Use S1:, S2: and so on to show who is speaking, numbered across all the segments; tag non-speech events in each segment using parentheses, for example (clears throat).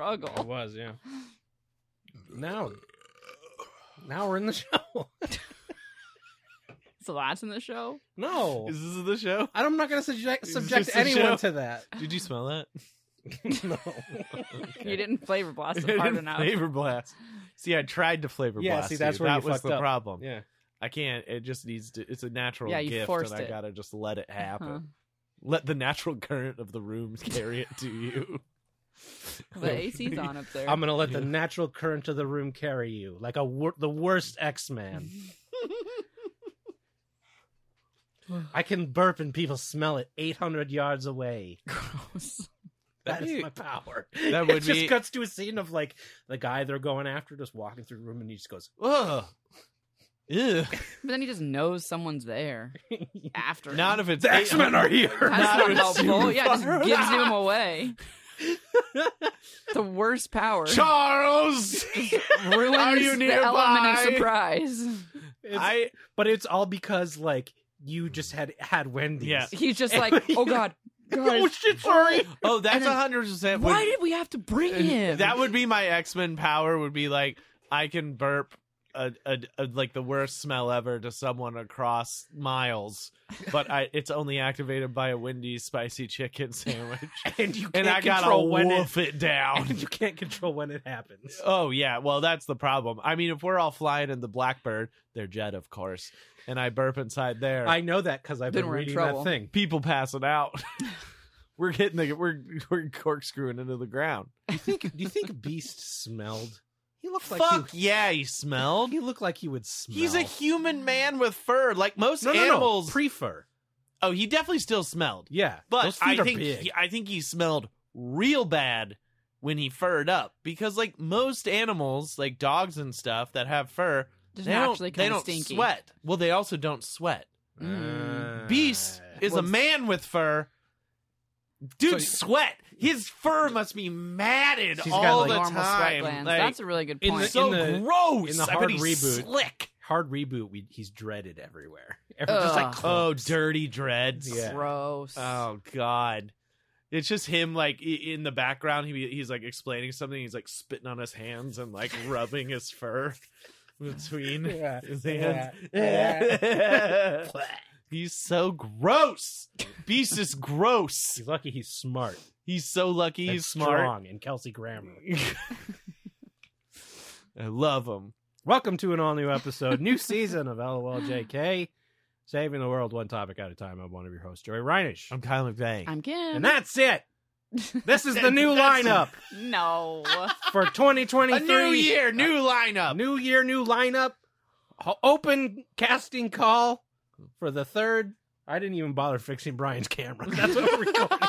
S1: was, yeah. Now, now we're in the show. (laughs)
S2: So that's in the show.
S1: no,
S3: Is this the show?
S1: I'm not going to subject
S3: Is
S1: subject
S3: this the
S1: anyone
S3: show?
S1: to that.
S3: Did you smell that?
S1: (laughs) no.
S2: You didn't flavor
S3: (laughs)
S2: blast
S3: I
S2: it hard
S3: didn't
S2: enough.
S3: flavor blast. See, I tried to flavor
S1: Yeah,
S3: blast.
S1: see, that's
S3: you.
S1: where
S3: that
S1: you
S3: was
S1: fucked
S3: the
S1: up.
S3: problem.
S1: Yeah.
S3: I can't. It just needs to. It's a natural
S2: Yeah, you
S3: gift,
S2: forced
S3: and I
S2: it.
S3: gotta just let
S1: Uh-huh.
S3: it happen.
S2: Huh.
S3: Let the natural current of the room (laughs) carry it
S1: (laughs)
S3: to you.
S2: The AC's on up there.
S1: I'm going to let the
S3: Yeah.
S1: natural current of the room carry you, like a wor- the worst
S3: (laughs)
S1: X-Man. I can burp and people smell it 800 yards away.
S2: (laughs) Gross.
S1: That
S3: That'd
S1: is
S3: be-
S1: my power.
S3: that
S1: (laughs)
S3: would
S1: it just
S3: be-
S1: cuts to a scene of like the guy they're going after just walking through the room and he just goes,
S3: (laughs) Ugh. Ew.
S2: But then he just knows someone's
S3: (laughs)
S2: there after. him.
S3: Not if it's
S1: The X Men are here.
S2: That's
S3: not
S2: not,
S3: if it's
S2: helpful.
S3: super
S2: Yeah, it
S3: far.
S2: just gives
S3: (laughs)
S2: him away. the worst power.
S3: Charles.
S2: ruins
S3: Are you
S2: the element of
S3: nearby?
S2: surprise.
S1: (laughs) It's-
S3: I
S1: but it's all because like you just had had Wendy's.
S3: Yeah.
S2: He's just
S3: (laughs)
S2: like, oh god,
S1: oh
S2: guys,
S1: shit, sorry.
S3: oh, that's
S2: then-
S3: hundred percent.
S2: why did we have to bring him?
S3: That would be my X Men power. Would be like I can burp a, a, a like the worst smell ever to someone across miles, but I it's only activated by a Wendy's spicy chicken (laughs) sandwich,
S1: (laughs) And you can't
S3: and I gotta
S1: control when it,
S3: wolf it down.
S1: (laughs)
S3: (laughs)
S1: and you can't control when it happens.
S3: Oh yeah, well that's the problem. I mean, if we're all flying in the Blackbird, they're jet, of course, and I burp inside there,
S1: I know that because I've
S2: Then
S1: been
S2: we're in
S1: reading
S2: trouble.
S1: that thing.
S3: people passing out. (laughs) we're hitting the we're we're corkscrewing into the ground.
S1: Do you (laughs) think Beast smelled? He looked like
S3: Fuck
S1: he,
S3: yeah, he smelled.
S1: he looked like he would smell.
S3: He's a human man with fur, like most
S1: no, no,
S3: animals.
S1: no. pre-fur.
S3: oh, he definitely still smelled,
S1: Yeah,
S3: but
S1: Those feet
S3: I
S1: are
S3: think
S1: big.
S3: he, I think he smelled real bad when he furred up because, like most animals, like dogs and stuff that have fur,
S2: just
S3: they don't,
S2: naturally
S3: they
S2: kind of
S3: don't
S2: stinky.
S3: sweat. Well, they also don't sweat.
S2: Mm.
S1: Uh,
S3: Beast is a
S2: Well,
S3: man with fur. Dude,
S1: So-
S3: sweat. His fur must be matted
S1: He's got,
S3: all
S1: like,
S3: the
S2: normal sweat
S3: time.
S2: glands.
S3: Like,
S2: That's a really good
S1: in
S2: point.
S1: the-
S3: so
S1: in the-
S3: gross.
S1: in the
S3: I bet
S1: hard
S3: he's
S1: reboot.
S3: slick.
S1: hard reboot. We, he's dreaded everywhere. Everyone's just like,
S2: Ugh.
S3: Oh,
S1: clones.
S3: (laughs) dirty dreads.
S1: Uh, Yeah.
S2: Gross.
S3: Oh God. It's just him, like i- in the background. He he's like explaining something. He's like spitting on his hands and like (laughs) rubbing his fur
S2: (laughs)
S3: between (laughs)
S1: Yeah.
S3: his
S1: Yeah.
S3: hands. (laughs) he's so gross. Beast is gross.
S1: (laughs) He's lucky he's smart.
S3: He's so lucky.
S1: and
S3: He's smart.
S1: strong. And Kelsey Grammer.
S3: (laughs) I love him.
S1: Welcome to an all new episode, new season of LOLJK, saving the world one topic at a time. I'm one of your hosts, Joey Reinish,
S3: I'm Kyle McVeigh.
S2: I'm Kim.
S1: and that's it. This is
S3: (laughs)
S1: the new
S3: That's it.
S1: lineup
S2: no.
S1: for 2023.
S3: (laughs) a new year, new
S2: Uh,
S3: lineup.
S1: new year, new lineup. Ho- Open casting call for the third. I didn't even bother fixing Brian's
S3: (laughs)
S1: camera. That's what we're (laughs) recording.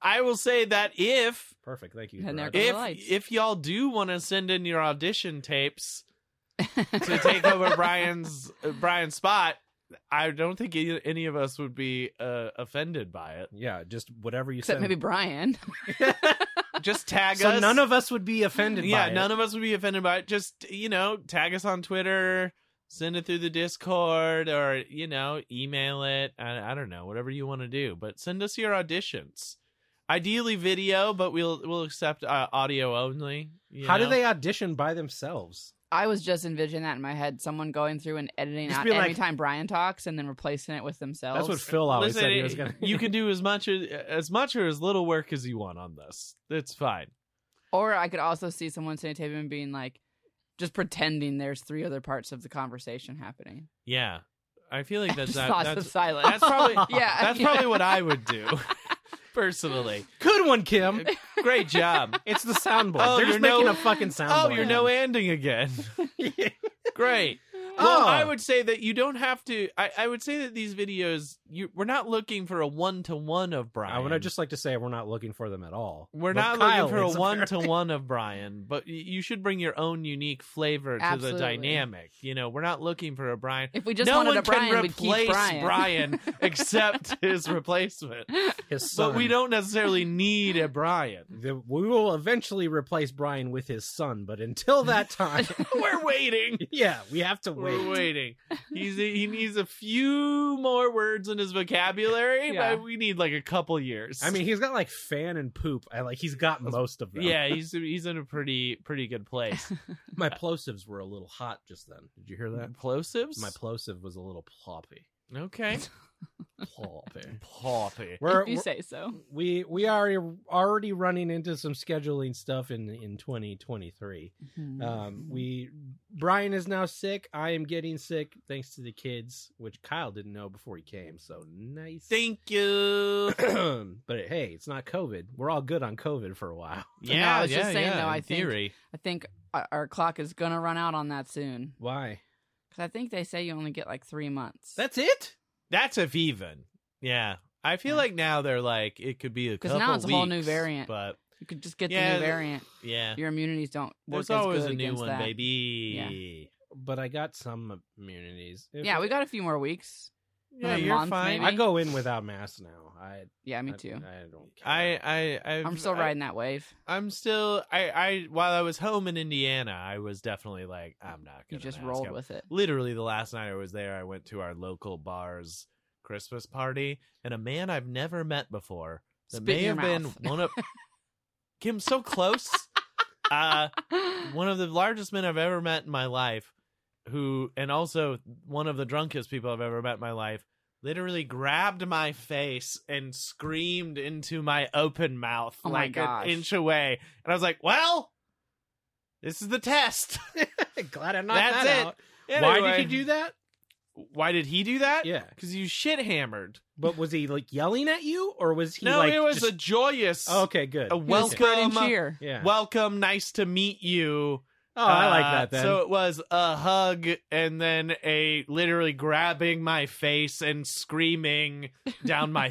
S3: I will say that if
S1: Perfect. Thank you.
S2: And there
S1: Brian.
S2: goes-
S3: if
S2: the lights.
S3: if y'all do want to send in your audition tapes to take over Brian's uh, Brian's spot, I don't think e- any of us would be uh, offended by it.
S1: yeah, just whatever you
S2: Except
S1: said.
S2: maybe Brian.
S3: Just tag
S1: so
S3: us.
S1: none of us would be offended
S3: yeah,
S1: by it.
S3: none of us would be offended by it. Just you know, tag us on Twitter, send it through the Discord, or you know, email it. I, I don't know, whatever you want to do, but send us your auditions. Ideally, video, but we'll we'll accept uh, audio only. you
S1: How do
S3: know?
S1: they audition by themselves?
S2: I was just envisioning that in my head, someone going through and editing
S1: Just
S2: out
S1: be
S2: every
S1: like-
S2: time Brian talks and then replacing it with themselves.
S1: That's what Phil always
S3: Listen,
S1: said he
S3: it-
S1: was going to.
S3: (laughs) you can do as much as, as much or as little work as you want on this. It's fine.
S2: Or I could also see someone sitting at the table and being like, just pretending there's three other parts of the conversation happening.
S3: Yeah, I feel
S2: (laughs)
S3: like that's
S2: Just
S3: not,
S2: lots of
S3: that's
S2: silence.
S3: that's probably
S2: (laughs) Yeah.
S3: that's probably what I
S2: (laughs)
S3: would do personally.
S1: Good one,
S3: (laughs)
S1: Kim.
S3: Great job.
S1: It's the soundboard.
S3: (laughs) Oh,
S1: They're just
S3: you're no-
S1: making a fucking soundboard.
S3: (laughs) Oh, you're no ending again.
S2: (laughs)
S1: (laughs)
S3: (laughs) Great.
S1: Oh.
S3: Well, I would say that you don't have to. I, I would say that these videos, you, we're not looking for a one to one of Brian.
S1: I would just like to say we're not looking for them at all.
S3: We're
S1: But
S3: not
S1: Kyle
S3: looking for
S2: (laughs)
S3: a
S1: is
S3: one to one of Brian, but y- you should bring your own unique flavor to
S2: Absolutely.
S3: the dynamic. You know, we're not looking for a Brian.
S2: If we just
S3: no
S2: wanted
S3: one
S2: a Brian,
S3: can
S2: we'd keep
S3: replace
S2: Brian. (laughs)
S3: except his replacement.
S1: (laughs) His son.
S3: But we don't necessarily need a
S2: (laughs)
S3: Brian.
S1: The- we will
S3: (laughs)
S1: eventually replace Brian with his son, but until that time, (laughs)
S3: We're waiting.
S1: yeah, we have to wait.
S3: We're waiting. He's he needs a few more words in his vocabulary,
S2: Yeah.
S3: but we need like a couple years.
S1: I mean, he's got like fan and poop. I like he's got most of them.
S3: (laughs) yeah, he's he's in a pretty pretty good
S1: (laughs)
S3: place.
S1: My plosives were a little hot just then. Did you hear that?
S3: Plosives.
S1: My plosive was a little ploppy.
S3: okay. (laughs)
S1: Ploppy.
S3: Poppy.
S1: we're,
S2: if you
S1: we're-
S2: say so.
S1: we we are already running into some scheduling stuff in in 2023. Um,
S3: Mm-hmm.
S1: we Brian is now sick. I am getting sick thanks to the kids, which Kyle didn't know before he came. So nice.
S3: Thank you.
S1: (clears throat) but hey, it's not COVID. We're all good on COVID for a while. (laughs)
S3: yeah,
S2: I was
S3: yeah,
S2: just saying,
S3: yeah,
S2: though,
S3: in
S2: I think-
S3: theory.
S2: I think our, our clock is gonna run out on that soon
S1: Why?
S2: because I think they say you only get like three months.
S1: That's it.
S3: That's if even. Yeah. I feel
S2: Yeah.
S3: like now they're like it could be a
S2: 'Cause
S3: couple
S2: now it's a whole new
S3: weeks,
S2: variant.
S3: But
S2: you could just get
S3: Yeah,
S2: the new variant.
S3: yeah.
S2: Your immunities don't work
S3: There's always
S2: as good
S3: a new
S2: against
S3: one,
S2: that.
S3: baby.
S1: But I got some immunities. If-
S2: Yeah, we got a few more weeks.
S3: Yeah,
S2: Another
S3: you're
S2: month,
S3: fine.
S2: maybe.
S1: I go in without masks now. I
S2: Yeah, me
S1: I-
S2: too.
S1: I, don't. Care.
S3: I I I've,
S2: I'm still
S3: I-
S2: riding that wave.
S3: I'm still I I while I was home in Indiana, I was definitely like I'm not
S2: You
S3: gonna
S2: just
S3: mask
S2: rolled
S3: up.
S2: with it.
S3: Literally the last night I was there, I went to our local bar's Christmas party and a man I've never met before that
S2: Spit
S3: may
S2: in
S3: have
S2: your
S3: been
S2: mouth. (laughs)
S3: one of Kim so close. uh (laughs)
S2: (laughs)
S3: one of the largest men I've ever met in my life, who, and also one of the drunkest people I've ever met in my life, literally grabbed my face and screamed into my open mouth
S2: Oh my
S3: like
S2: gosh.
S3: an inch away. And I was like, well, this is the test.
S1: (laughs)
S3: (laughs)
S1: Glad I knocked
S3: That's
S1: that
S3: it.
S1: out. Why did you do that?
S3: do Why did he do that?
S1: Yeah.
S3: Because you shit hammered.
S1: But was he like yelling at you, or was he
S3: no,
S1: like?
S3: it was
S1: just-
S3: a joyous,
S1: Oh, okay, good.
S3: a
S1: Okay.
S2: He was spreading
S3: welcome,
S2: cheer.
S1: Yeah.
S3: welcome, nice to meet you.
S1: oh, I like
S3: Uh,
S1: that. Then (laughs)
S3: So it was a hug and then a literally grabbing my face and screaming down my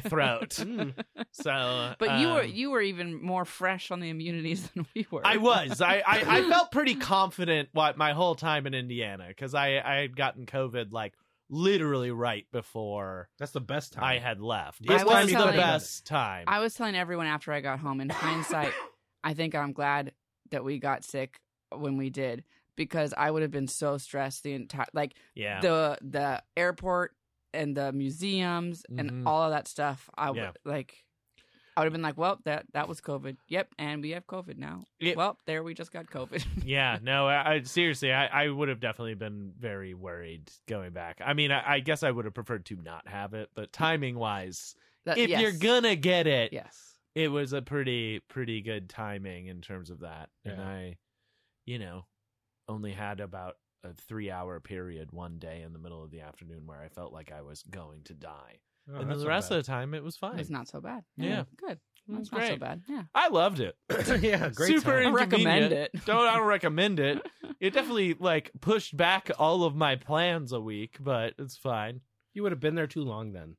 S2: (laughs)
S3: throat.
S1: Mm.
S3: so,
S2: But you were
S3: um,
S2: you were even more fresh on the immunities (laughs) than we were.
S3: I was. I, I, I felt pretty confident what my whole time in Indiana because I I had gotten COVID like literally right before
S1: that's the best time.
S3: I had left.
S1: Best
S3: it
S2: time
S3: was
S2: you
S3: the
S2: could.
S3: best time.
S2: (laughs) I was telling everyone after I got home. In hindsight, I think I'm glad that we got sick when we did because I would have been so stressed the entire like
S3: yeah.
S2: the the airport and the museums
S3: Mhm.
S2: and all of that stuff. I would
S3: Yeah.
S2: like. I would have been like, well, that that was COVID. Yep, and we have COVID now.
S3: Yeah.
S2: Well, there we just got COVID.
S3: (laughs) yeah, no, I, I seriously, I, I would have definitely been very worried going back. I mean, I, I guess I would have preferred to not have it, but timing wise,
S2: That- Uh,
S3: if
S2: yes.
S3: you're gonna get it,
S2: yes,
S3: it was a pretty pretty good timing in terms of that. And
S1: Yeah.
S3: I, you know, only had about a three hour period one day in the middle of the afternoon where I felt like I was going to die,
S1: Oh,
S3: and then
S1: that's
S3: the
S1: not
S3: rest
S1: bad.
S3: of the time it was fine.
S2: it's not so bad.
S3: Yeah.
S2: good.
S3: It was
S2: It's not so
S3: great.
S2: bad. Yeah.
S3: I
S1: (coughs)
S3: loved it. (coughs)
S1: (laughs) yeah, great.
S3: Super
S1: time.
S2: I recommend
S3: inconvenient.
S2: it.
S3: (laughs) Don't I don't recommend it. It definitely like pushed back all of my plans a week, but it's fine.
S1: You would have been there too long then.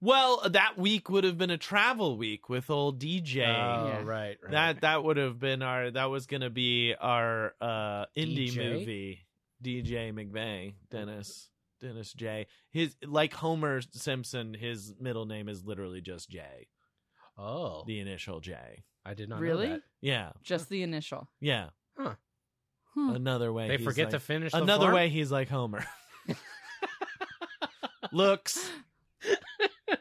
S3: Well, that week would have been a travel week with old DJ.
S1: Oh,
S2: Yeah.
S1: right, right.
S3: That that would have been our that was gonna be our uh indie
S1: DJ?
S3: movie. DJ McVeigh, Dennis Dennis J. His like Homer Simpson, his middle name is literally just J.
S1: oh,
S3: The initial J.
S1: I did not
S2: Really?
S1: Know that.
S3: Yeah.
S2: Just the initial.
S3: Yeah.
S2: Hmm.
S3: Another way.
S1: They
S3: he's
S1: forget
S3: like-
S1: to finish the
S3: Another
S1: form?
S3: way he's like Homer. Looks,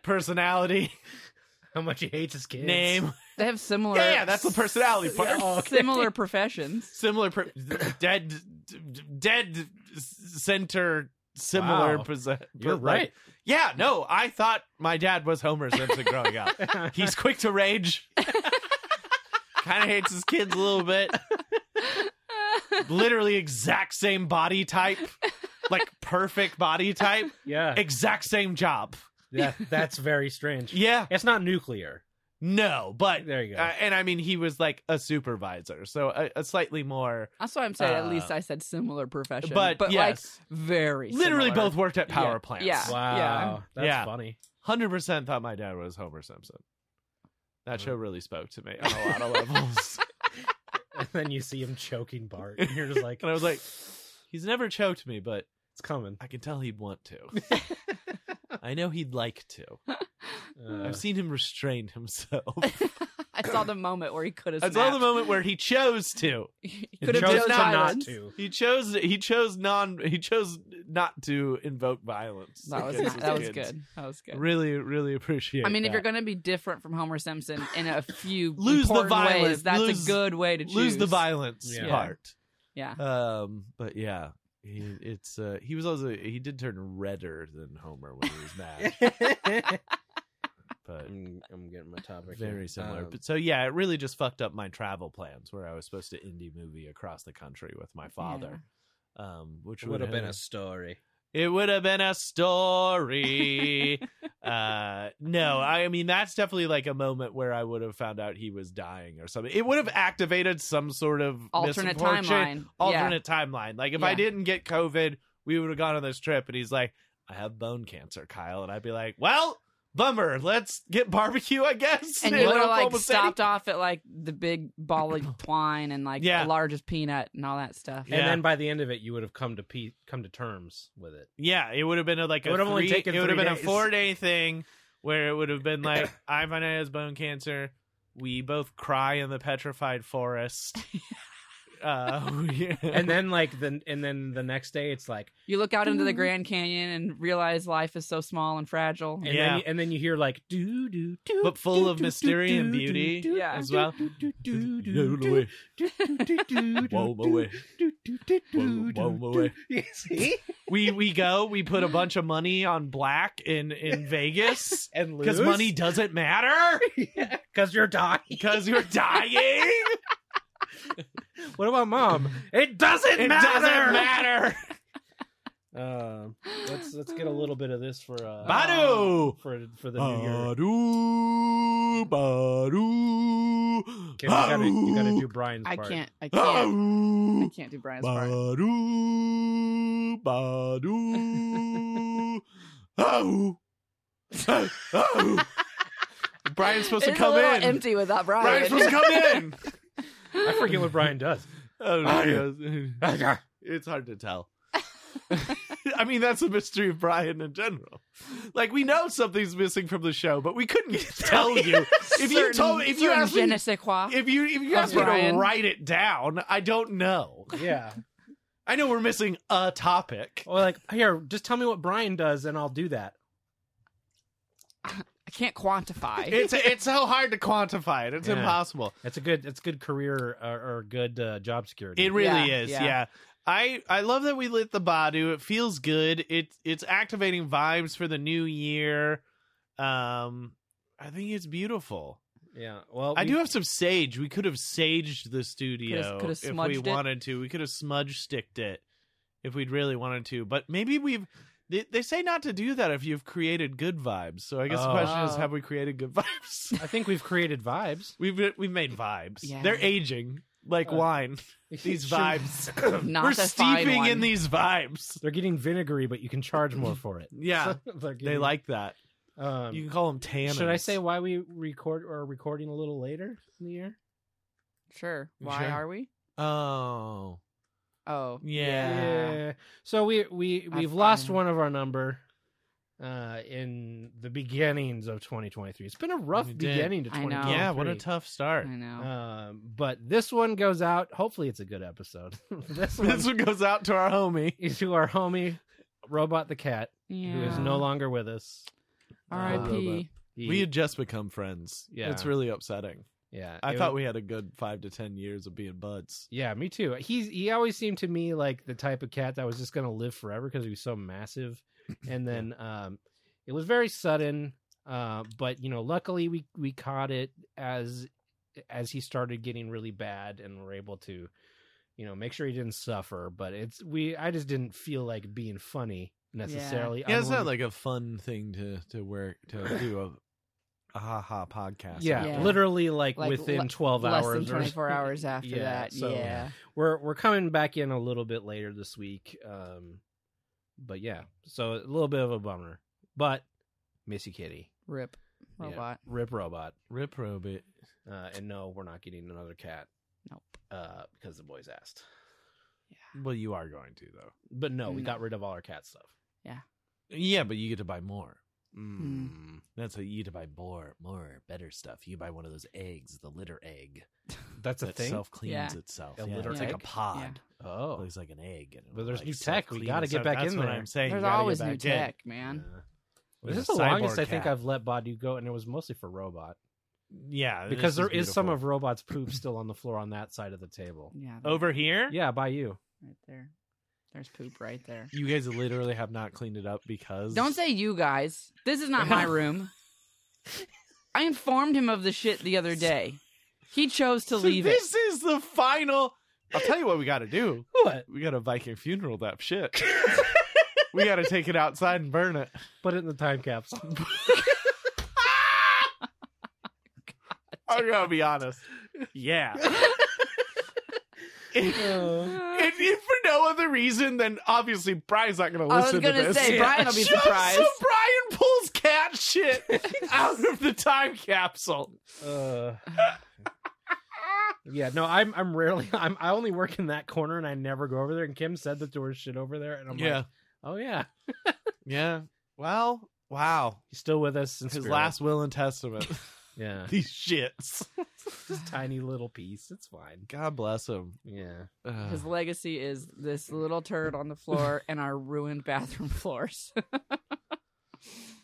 S3: personality,
S1: (laughs) How much he hates his kids.
S3: name.
S2: They have similar.
S3: Yeah, yeah, that's the personality part. Oh,
S2: Yeah, Similar professions. (laughs)
S3: Similar, per- dead, dead center, similar.
S1: Wow.
S3: possess-
S1: You're
S3: (laughs) like-
S1: right.
S3: yeah, no, I thought my dad was Homer Simpson growing up. He's quick
S2: (laughs)
S3: to rage. kind of hates his kids a little bit. Literally exact same body type. Like perfect body type.
S1: (laughs) yeah,
S3: Exact same job. (laughs)
S1: that, that's very strange.
S3: Yeah.
S1: It's not nuclear.
S3: No, but
S1: There you go.
S3: Uh, and I mean, he was like a supervisor, so uh, a, a slightly more.
S2: That's why I'm saying.
S3: Uh,
S2: at least I said similar profession.
S3: but, yes,
S2: like very.
S3: literally
S2: similar.
S3: both worked at power
S2: Yeah,
S3: plants.
S2: yeah.
S1: Wow, that's
S3: Yeah.
S1: funny. (laughs)
S3: hundred percent thought my dad was Homer Simpson. That show really spoke to me on a lot of
S2: (laughs)
S3: levels,
S1: And then you see him choking Bart, and you're
S3: (laughs)
S1: just like,
S3: and I was like, he's never choked me, but
S1: it's coming.
S3: I can tell he'd want to.
S2: (laughs)
S3: I know he'd like to.
S1: Uh,
S2: (laughs)
S3: I've seen him restrain himself.
S2: I saw the moment where he could have.
S3: I saw the moment where he chose to.
S2: could have
S3: chose
S2: just
S3: to
S1: not
S2: silence.
S1: to.
S3: He chose. He chose non. He chose not to invoke violence.
S2: That was
S3: against
S2: not, that
S3: the
S2: was
S3: kids.
S2: good. That was good.
S3: Really, really appreciate.
S2: I mean, if
S3: that.
S2: you're going to be different from Homer Simpson in a few
S3: (laughs) Lose the
S2: important
S3: violence.
S2: ways, that's
S3: Lose-
S2: a good way to choose.
S3: lose the violence
S1: Yeah.
S3: part.
S2: Yeah.
S3: Um, but yeah, he, it's uh, he was also he did turn redder than Homer when he was
S2: (laughs)
S3: mad, but
S1: I'm, I'm getting my topic. here.
S3: very similar.
S1: Um,
S3: but so yeah, it really just fucked up my travel plans where I was supposed to indie movie across the country with my father. Um, which
S1: would have been a
S3: have-
S1: story.
S3: (laughs) It would have been a story. uh, no, I mean that's definitely like a moment where I would have found out he was dying or something. It would have activated some sort of
S2: alternate
S3: misfortune,
S2: timeline.
S3: Alternate timeline. Like if I
S2: Yeah.
S3: didn't get COVID, we would have gone on this trip. And he's like, "I have bone cancer, Kyle," and I'd be like, "Well, bummer. Let's get barbecue, I guess." (laughs)
S2: Yeah. And
S3: in
S2: you would have like
S3: Oklahoma City."
S2: stopped off at like the big ball
S3: (coughs)
S2: of twine and like
S3: Yeah.
S2: the largest peanut and all that stuff.
S3: Yeah.
S1: And then by the end of it, you would have come to pe- come to terms with it.
S3: Yeah, it would have been a, like
S1: It
S3: a
S1: would have only
S3: three-
S1: taken
S3: it would have
S1: three
S3: been a
S1: days.
S3: four day thing where it would
S1: (clears throat)
S3: have been like I find out has bone cancer. We both cry in the petrified
S2: (laughs)
S3: forest. uh, (laughs) we-
S1: And
S3: (laughs)
S1: then like the and then the next day, it's like
S2: You look out into
S3: Mm-hmm.
S2: the Grand Canyon and realize life is so small and fragile.
S1: and
S3: Yeah.
S1: then and then you hear like doo doo doo,
S3: But full
S1: doo,
S3: of
S1: doo,
S3: mystery
S1: doo,
S3: and
S1: doo,
S3: beauty
S1: doo, doo,
S2: Yeah.
S3: as
S1: doo,
S3: well.
S1: doo, doo, doo,
S3: No,
S1: doo,
S3: no way.
S1: doo, doo, doo, doo,
S3: Whoa,
S1: doo,
S3: no way.
S1: doo, doo, doo, doo,
S3: Whoa, whoa,
S1: doo,
S3: whoa.
S1: doo. (laughs) You see?
S3: we we go. We put a bunch of money on black
S2: (laughs)
S3: in in Vegas (laughs)
S1: And
S3: because
S1: lose
S3: money doesn't (laughs) matter
S1: because you're dying.
S3: because you're (laughs) dying.
S1: What about mom? It doesn't
S3: it
S1: matter.
S3: doesn't matter.
S1: Um, let's let's get a little bit of this for uh
S3: (laughs) Badu.
S1: for
S3: Um,
S1: for the new year.
S3: Ba-doo, ba-doo,
S1: Okay, you gotta you gotta
S3: ba-doo.
S1: do Brian's
S2: (gasps) I
S1: part.
S2: can't.
S3: (gasps)
S2: I can't. I
S3: Ba-doo,
S2: can't do Brian's part.
S3: ba-doo, (laughs) ba-doo, ow, ow, ow. Brian's supposed to
S2: It's
S3: come
S2: a little
S3: in.
S2: empty without
S3: Brian's
S2: Brian.
S3: supposed to come in.
S1: I forget what Brian does.
S3: (laughs) Oh,
S1: Ah,
S3: no, (laughs) it's hard
S2: (laughs)
S3: to tell. (laughs) I mean, that's the mystery of Brian in general. Like, we know something's missing from the show, but we couldn't tell you.
S2: (laughs)
S3: If you told, if you
S2: Certain
S3: asked
S2: je
S3: me
S2: ne sais quoi.
S3: If you if you
S2: Of
S3: ask me to
S2: Brian.
S3: write it down, I don't know.
S1: (laughs) yeah.
S3: I know we're missing a topic.
S1: Or like, here, just tell me what Brian does, and I'll do that.
S2: I can't quantify.
S3: It's it's so hard to quantify it. It's
S1: Yeah.
S3: impossible.
S1: That's a good. That's good career or, or good uh, job security.
S3: It really
S2: Yeah,
S3: is. Yeah.
S2: yeah.
S3: I I love that we lit the Badu. It feels good. It's it's activating vibes for the new year. Um I think it's beautiful.
S1: yeah. Well,
S3: I
S1: we-
S3: do have some sage. We could have saged the studio
S2: could've
S3: if we
S2: smudged it.
S3: wanted to. We could have smudge sticked it if we'd really wanted to. But maybe we've. They, they say not to do that if you've created good vibes. So I guess the
S1: Oh.
S3: question is,
S2: Oh.
S3: have we created good (laughs) vibes?
S1: I think we've created vibes. (laughs)
S3: we've we've made vibes.
S2: Yeah.
S3: They're aging like
S1: Uh,
S3: wine. These
S1: Sure.
S3: vibes.
S2: Not
S3: (clears throat) We're
S2: a fine
S3: steeping in
S2: one.
S3: these vibes.
S1: They're getting vinegary, but you can charge more for it.
S3: (laughs) Yeah,
S1: So (laughs) they're
S3: they
S1: getting-
S3: like that.
S1: Um,
S3: You can call them tannins.
S1: should I say why we record or recording a little later in the year?
S2: (laughs) Sure. Why
S3: Sure.
S2: are we?
S3: Oh,
S2: Oh,
S3: Yeah.
S1: So we we
S2: I
S1: we've lost
S2: find-
S1: one of our number uh in the beginnings of 2023. It's been a rough
S3: We did.
S1: beginning to
S2: I know.
S1: 2023.
S3: yeah. What a tough
S2: I
S3: (laughs) start.
S2: know.
S1: Um, but this one goes out. Hopefully, it's a good episode. (laughs) this one
S3: This one goes out to our homie.
S1: is to our homie Robot the Cat,
S2: yeah.
S1: who is no longer with us. Uh,
S2: R.I.P.
S1: He-
S3: We had just become friends.
S1: Yeah.
S3: It's really upsetting.
S1: yeah,
S3: I
S1: it
S3: thought
S1: was-
S3: we had a good five to ten years of being buds.
S1: Yeah, me too. He's he always seemed to me like the type of cat that was just gonna live forever because he was so
S3: (clears throat)
S1: massive. And then um it was very sudden. Uh but you know, luckily we we caught it as as he started getting really bad and were able to, you know, make sure he didn't suffer. But it's we I just didn't feel like being funny necessarily.
S3: Yeah, it's
S1: unlike-
S3: not like a fun thing to to work to do a, a ha ha podcast.
S1: yeah,
S2: Yeah.
S1: literally like,
S2: Like,
S1: within
S2: le-
S3: Oh,
S1: twelve
S2: Less
S1: hours
S2: than
S1: or
S2: 24 hours after
S1: Yeah,
S2: that.
S1: so-
S2: yeah.
S1: we're we're coming back in a little bit later this week um but yeah so a little bit of a bummer but missy kitty
S2: Rip.
S1: Yeah.
S2: Robot.
S1: rip robot
S3: Rip Robit.
S1: uh and no we're not getting another cat
S2: Nope.
S1: uh because the boys asked
S3: Well, you are going to though.
S1: but no we
S2: No.
S1: got rid of all our cat stuff
S3: Yeah, but you get to buy more. Mm. That's how you to buy more, more better stuff. You buy one of those eggs, the litter egg.
S1: That's a
S3: that
S1: thing.
S3: self cleans
S2: Yeah.
S3: itself.
S1: A
S3: yeah,
S1: litter
S3: it's like a
S2: egg?
S3: pod. It
S1: oh,
S3: looks like an egg. and it
S1: But there's
S3: like
S1: new tech. We gotta
S3: self-cleans.
S1: get back
S3: That's
S1: in
S3: what
S1: there.
S3: I'm saying.
S2: There's
S3: You gotta
S2: always
S3: get
S2: new
S3: back in.
S2: tech, man.
S3: Yeah.
S1: this
S3: There's
S1: is
S3: a
S1: the longest
S3: cyborg
S1: I think
S3: cat.
S1: I've let Badu go, and it was mostly for Robot
S3: Yeah,
S1: because
S3: there
S1: there is some of Robot's poop still on the floor on that side of the table.
S2: Yeah, that-
S3: over here.
S1: Yeah, by you.
S2: right there. There's poop right
S3: (laughs)
S2: there.
S3: You guys literally have not cleaned it up because
S2: Don't say you guys. This is
S3: (laughs)
S2: not my room. I informed him of the shit the other day. He chose to
S3: (laughs) So
S2: leave it.
S3: This is the final. I'll tell you what we got to do.
S1: What?
S3: We got to Viking funeral that
S2: (laughs)
S3: shit. we got to take it outside and burn it.
S1: Put it in the time capsule.
S3: I'm gonna be honest.
S2: (laughs)
S3: Yeah. (laughs) if,
S1: Uh,
S3: if for no other reason than obviously Brian's not gonna
S2: I was
S3: listen to
S2: gonna
S3: this.
S2: say, Brian will be
S3: Just
S2: surprised.
S3: So Brian pulls cat shit out of the time capsule.
S1: uh, yeah, no, I'm I'm rarely (laughs) I'm I only work in that corner and I never go over there. And Kim said that there was shit over there, and I'm like, oh yeah,
S3: yeah. Well, wow.
S1: he's still with us since
S3: His last will and (laughs) testament.
S1: yeah, (laughs)
S3: These shits.
S1: this tiny little piece. It's fine.
S3: God bless him.
S1: Yeah,
S3: Ugh.
S2: His legacy is this little turd on the
S3: (laughs)
S2: floor and our ruined bathroom (laughs) floors.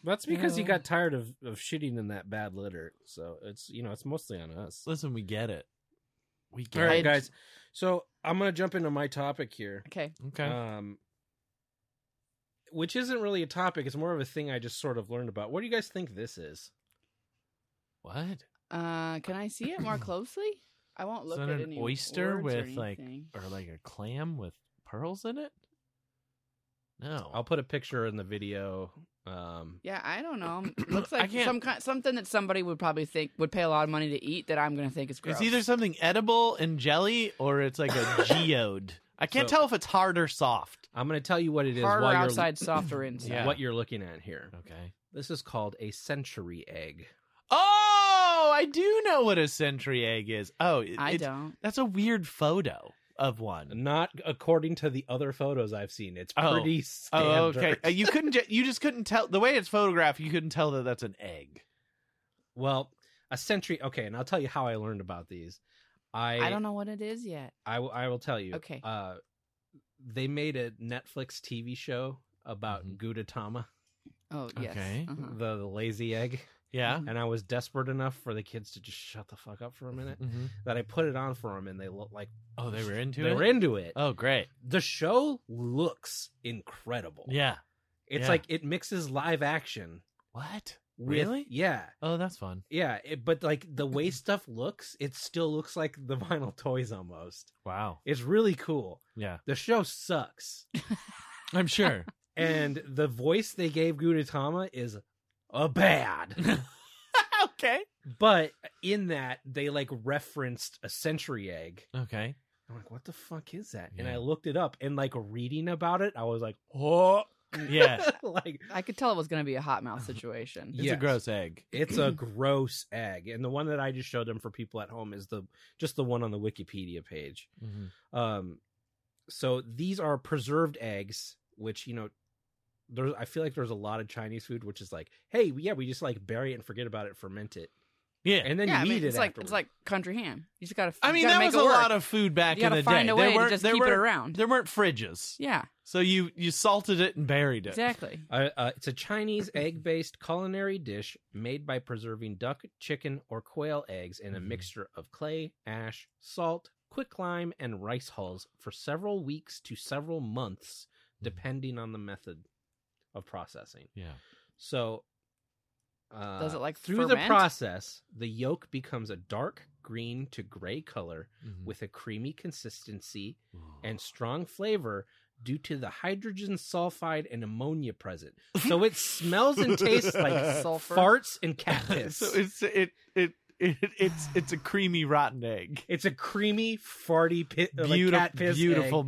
S1: that's because he
S2: Yeah.
S1: got tired of of shitting in that bad litter. So it's you know it's mostly on us.
S3: Listen, we get it. We
S1: All
S3: get
S1: right,
S2: I-
S1: guys. So I'm gonna jump into my topic here.
S2: okay.
S3: it. Okay.
S1: Um, which isn't really a topic; it's more of a thing I just sort of learned about. What do you guys think this is?
S3: what?
S2: Uh, can I see it more closely? I won't
S3: Is
S2: look
S3: that
S2: at
S3: an
S2: any
S3: oyster
S2: words or
S3: with, like,
S2: anything.
S3: Or like a clam with pearls in it? No.
S1: I'll put a picture in the video. Um,
S2: Yeah, I don't know.
S3: (clears throat) I
S2: Looks like
S3: can't-
S2: some kind, something that somebody would probably think would pay a lot of money to eat that I'm going to think is gross.
S3: it's either something edible and jelly or it's like (laughs) a geode. I can't
S1: So-
S3: tell if it's hard or soft.
S1: I'm going to tell you what it is
S2: harder
S1: while you're
S2: outside,
S3: (clears throat)
S2: softer inside.
S3: Yeah.
S1: what you're looking at here.
S3: Okay.
S1: This is called a century egg.
S3: Oh, I do know what a century egg is. Oh, it-
S2: I
S3: it's-
S2: don't.
S3: That's a weird photo of one.
S1: Not according to the other photos I've seen. It's
S3: Oh.
S1: pretty standard.
S3: Oh, okay. Uh, You couldn't. Ju- you just couldn't tell the way it's photographed. You couldn't tell that that's an egg.
S1: Well, a century. Okay, and I'll tell you how I learned about these. I
S2: I don't know what it is yet.
S1: I, w- I will tell you.
S2: Okay.
S1: Uh, they made a Netflix TV show about
S3: Mhm.
S1: Gudetama,
S2: Oh yes.
S3: Okay.
S2: Uh-huh.
S1: the, the lazy egg,
S3: Yeah.
S1: and I was desperate enough for the kids to just shut the fuck up for a minute
S2: Mm-hmm.
S3: Mm-hmm.
S1: that I put it on for them, and they look like
S3: Oh, they were into
S1: they
S3: it.
S1: were into it. Uh,
S3: oh, great.
S1: the show looks incredible.
S3: Yeah.
S1: It's
S3: yeah.
S1: like it mixes live action.
S3: What?
S1: With,
S3: Really?
S1: Yeah.
S3: Oh, that's fun.
S1: Yeah. It, but like the way stuff looks, it still looks like the (laughs) vinyl toys almost.
S3: Wow.
S1: It's really cool.
S3: Yeah.
S1: The show
S3: (laughs)
S1: sucks.
S3: I'm sure.
S1: and the voice they gave Gudetama is a
S3: (laughs)
S1: bad.
S3: okay.
S1: but in that they like referenced a century egg.
S3: Okay.
S1: I'm like, what the fuck is that? And
S3: Yeah.
S1: I looked it up and like reading about it, I was
S3: (laughs)
S1: like, (laughs) oh (laughs)
S3: Yeah.
S1: like
S2: I could tell it was going to be a hot mouth
S3: (laughs)
S2: situation.
S1: Yes.
S3: egg.
S2: (clears throat)
S1: It's a gross egg, and the one that I just showed them for people at home is the just the one on the Wikipedia page.
S2: Mm-hmm.
S1: Um, so these are preserved eggs, which you know, there's I feel like there's a lot of Chinese food which is like, hey, yeah, we just like bury it and forget about it, ferment it,
S3: Yeah.
S1: and then
S2: yeah,
S1: you
S2: I
S1: eat
S2: mean,
S1: it.
S2: it's like
S1: afterwards.
S2: it's like country ham. You just got to.
S3: I mean, that was a lot of food back
S2: You got
S3: in the
S2: to find
S3: day.
S2: a
S3: There
S2: way to
S3: weren't-
S2: just
S3: there
S2: keep it
S3: weren't-
S2: around.
S3: There weren't fridges,
S2: Yeah,
S3: so you you salted it and buried it.
S2: exactly.
S1: Uh, uh, it's a Chinese egg-based culinary dish made by preserving duck, chicken, or quail eggs in a
S3: Mhm.
S1: mixture of clay, ash, salt, quicklime, and rice hulls for several weeks to several months,
S3: Mhm.
S1: depending on the method of processing.
S3: Yeah.
S1: So, uh,
S2: Does it, like,
S1: through the
S2: ferment?
S1: process, the yolk becomes a dark green to gray color
S3: Mhm.
S1: with a creamy consistency
S3: (laughs)
S1: and strong flavor due to the hydrogen sulfide and ammonia
S3: (laughs)
S1: present. So it smells and tastes like
S2: Sulfur.
S1: farts and
S3: (laughs)
S1: cat piss.
S3: so it's it it. It, it's it's a creamy
S2: (laughs)
S3: rotten egg.
S1: it's a creamy, farty pit, like cat
S3: Beautiful,
S1: piss (laughs)
S3: beautiful
S1: egg.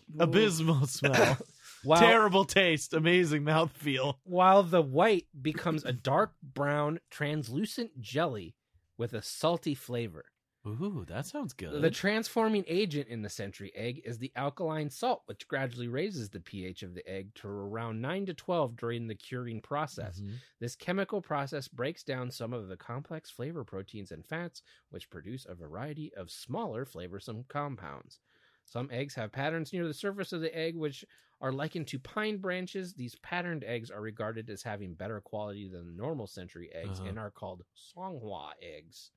S2: Ooh. (laughs)
S3: Abysmal smell.
S1: While,
S3: Terrible taste. Amazing mouthfeel.
S1: while the white becomes a dark brown, translucent jelly with a salty flavor.
S3: Ooh, that sounds good.
S1: The transforming agent in the century egg is the alkaline salt, which gradually raises the pH of the egg to around 9 to 12 during the curing process.
S2: Mm-hmm.
S3: Mhm.
S1: This chemical process breaks down some of the complex flavor proteins and fats, which produce a variety of smaller flavorsome compounds. Some eggs have patterns near the surface of the egg, which are likened to pine branches. These patterned eggs are regarded as having better quality than normal century eggs
S3: Uh-huh.
S1: and are called songhua eggs.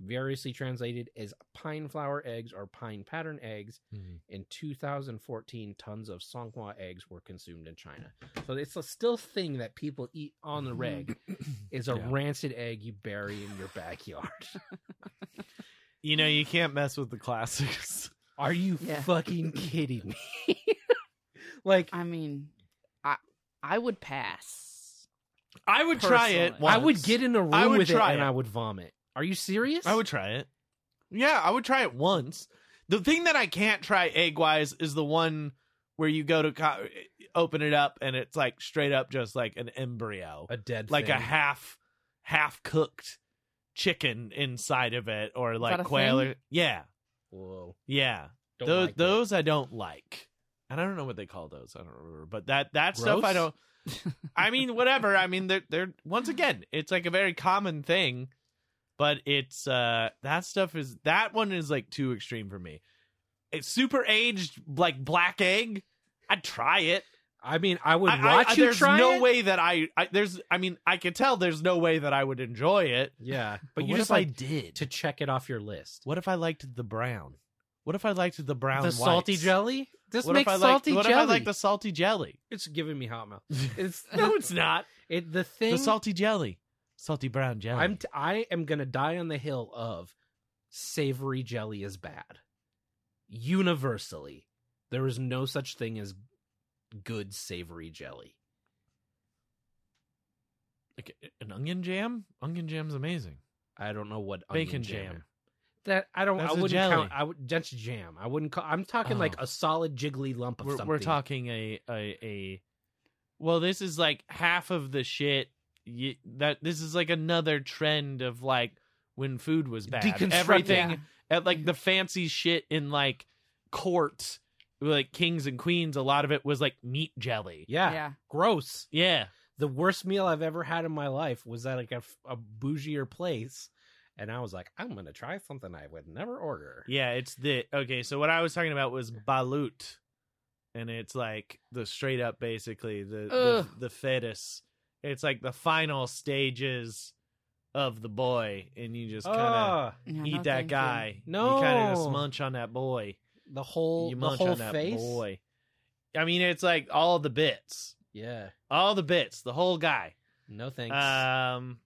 S1: Variously translated as pine flower eggs or pine pattern eggs,
S2: Mm-hmm.
S3: Mhm.
S1: in 2014, tons of Songhua eggs were consumed in China. So it's a still thing that people eat on the reg is a
S3: Yeah.
S1: rancid egg you bury in your backyard. (laughs)
S3: You know, you can't mess with the classics.
S1: Are you
S2: Yeah.
S1: fucking kidding me? (laughs) like I,
S2: I mean, I I would pass.
S3: I would try it.
S2: Personally. I
S3: once.
S1: would get in a room
S3: I would
S1: with it
S3: try
S1: and
S3: it.
S1: I would vomit. Are you serious?
S3: I would try it. Yeah, I would try it once. The thing that I can't try egg wise is the one where you go to co- open it up and it's like straight up just like an embryo,
S1: a dead
S3: like a
S1: thing.
S3: half half cooked chicken inside of it, or
S2: that a
S3: like
S2: thing?
S3: quail. Or, yeah,
S1: Whoa.
S3: yeah.
S1: Don't
S3: those
S1: like that.
S3: those I don't like. And I don't know what they call those. I don't remember. But that that stuff I
S1: (laughs) Gross?
S3: don't. I mean, whatever. I mean, they're they're once again, it's like a very common thing, but it's uh that stuff is that one is like too extreme for me. It's super aged like black egg. I'd try it.
S1: I mean, I would
S3: I- I-
S1: watch
S3: I-
S1: you
S3: there's
S1: try
S3: no
S1: it.
S3: way that I, I there's I mean I could tell there's no way that I would enjoy it.
S1: Yeah,
S3: But, you
S1: what
S3: just
S1: if I
S3: like did.
S1: to check it off your list.
S3: what if I liked the brown? What if I liked the brown?
S1: The salty
S3: whites?
S1: jelly? This
S3: What if
S1: makes
S3: I like,
S1: salty
S3: What
S1: jelly.
S3: if I like the salty
S1: (laughs)
S3: jelly?
S1: It's giving me hot mouth. (laughs) It's
S3: no, it's not.
S1: It the thing
S3: The salty jelly. Salty brown jelly.
S1: I'm t- I am gonna die on the hill of savory jelly is bad. Universally, there is no such thing as good savory jelly.
S3: Like, an onion jam? Onion jam's amazing.
S1: I don't know what onion
S3: Bacon jam.
S1: is. That I don't.
S3: That's
S1: I
S3: a
S1: wouldn't
S3: jelly.
S1: count. I would that's jam. I wouldn't. Call, I'm talking like
S3: Oh.
S1: a solid jiggly lump of
S3: We're,
S1: something.
S3: we're talking a, a a Well, this is like half of the shit you, that this is like another trend of like when food was bad.
S1: Deconstructing.
S3: Everything
S2: Yeah.
S3: at like the fancy shit in like courts, like kings and queens, a lot of it was like meat jelly.
S1: Yeah,
S2: yeah.
S1: gross.
S3: Yeah.
S1: The worst meal I've ever had in my life was at like a, f- a bougier place, and I was like, I'm gonna try something I would never order.
S3: Yeah, it's the okay. So what I was talking about was balut, and it's like the straight up, basically the the,
S2: Ugh.
S3: the fetus. It's like the final stages of the boy, and you just kind
S1: Ah.
S3: of
S2: Yeah,
S3: eat
S2: no,
S3: that
S2: thank you.
S3: guy.
S1: No.
S3: you kind of just munch on that boy.
S1: the whole
S3: you
S1: the
S3: munch
S1: whole
S3: on that
S1: face.
S3: boy. I mean, it's like all the bits,
S1: Yeah.
S3: all the bits, the whole guy.
S1: No thanks.
S3: Um,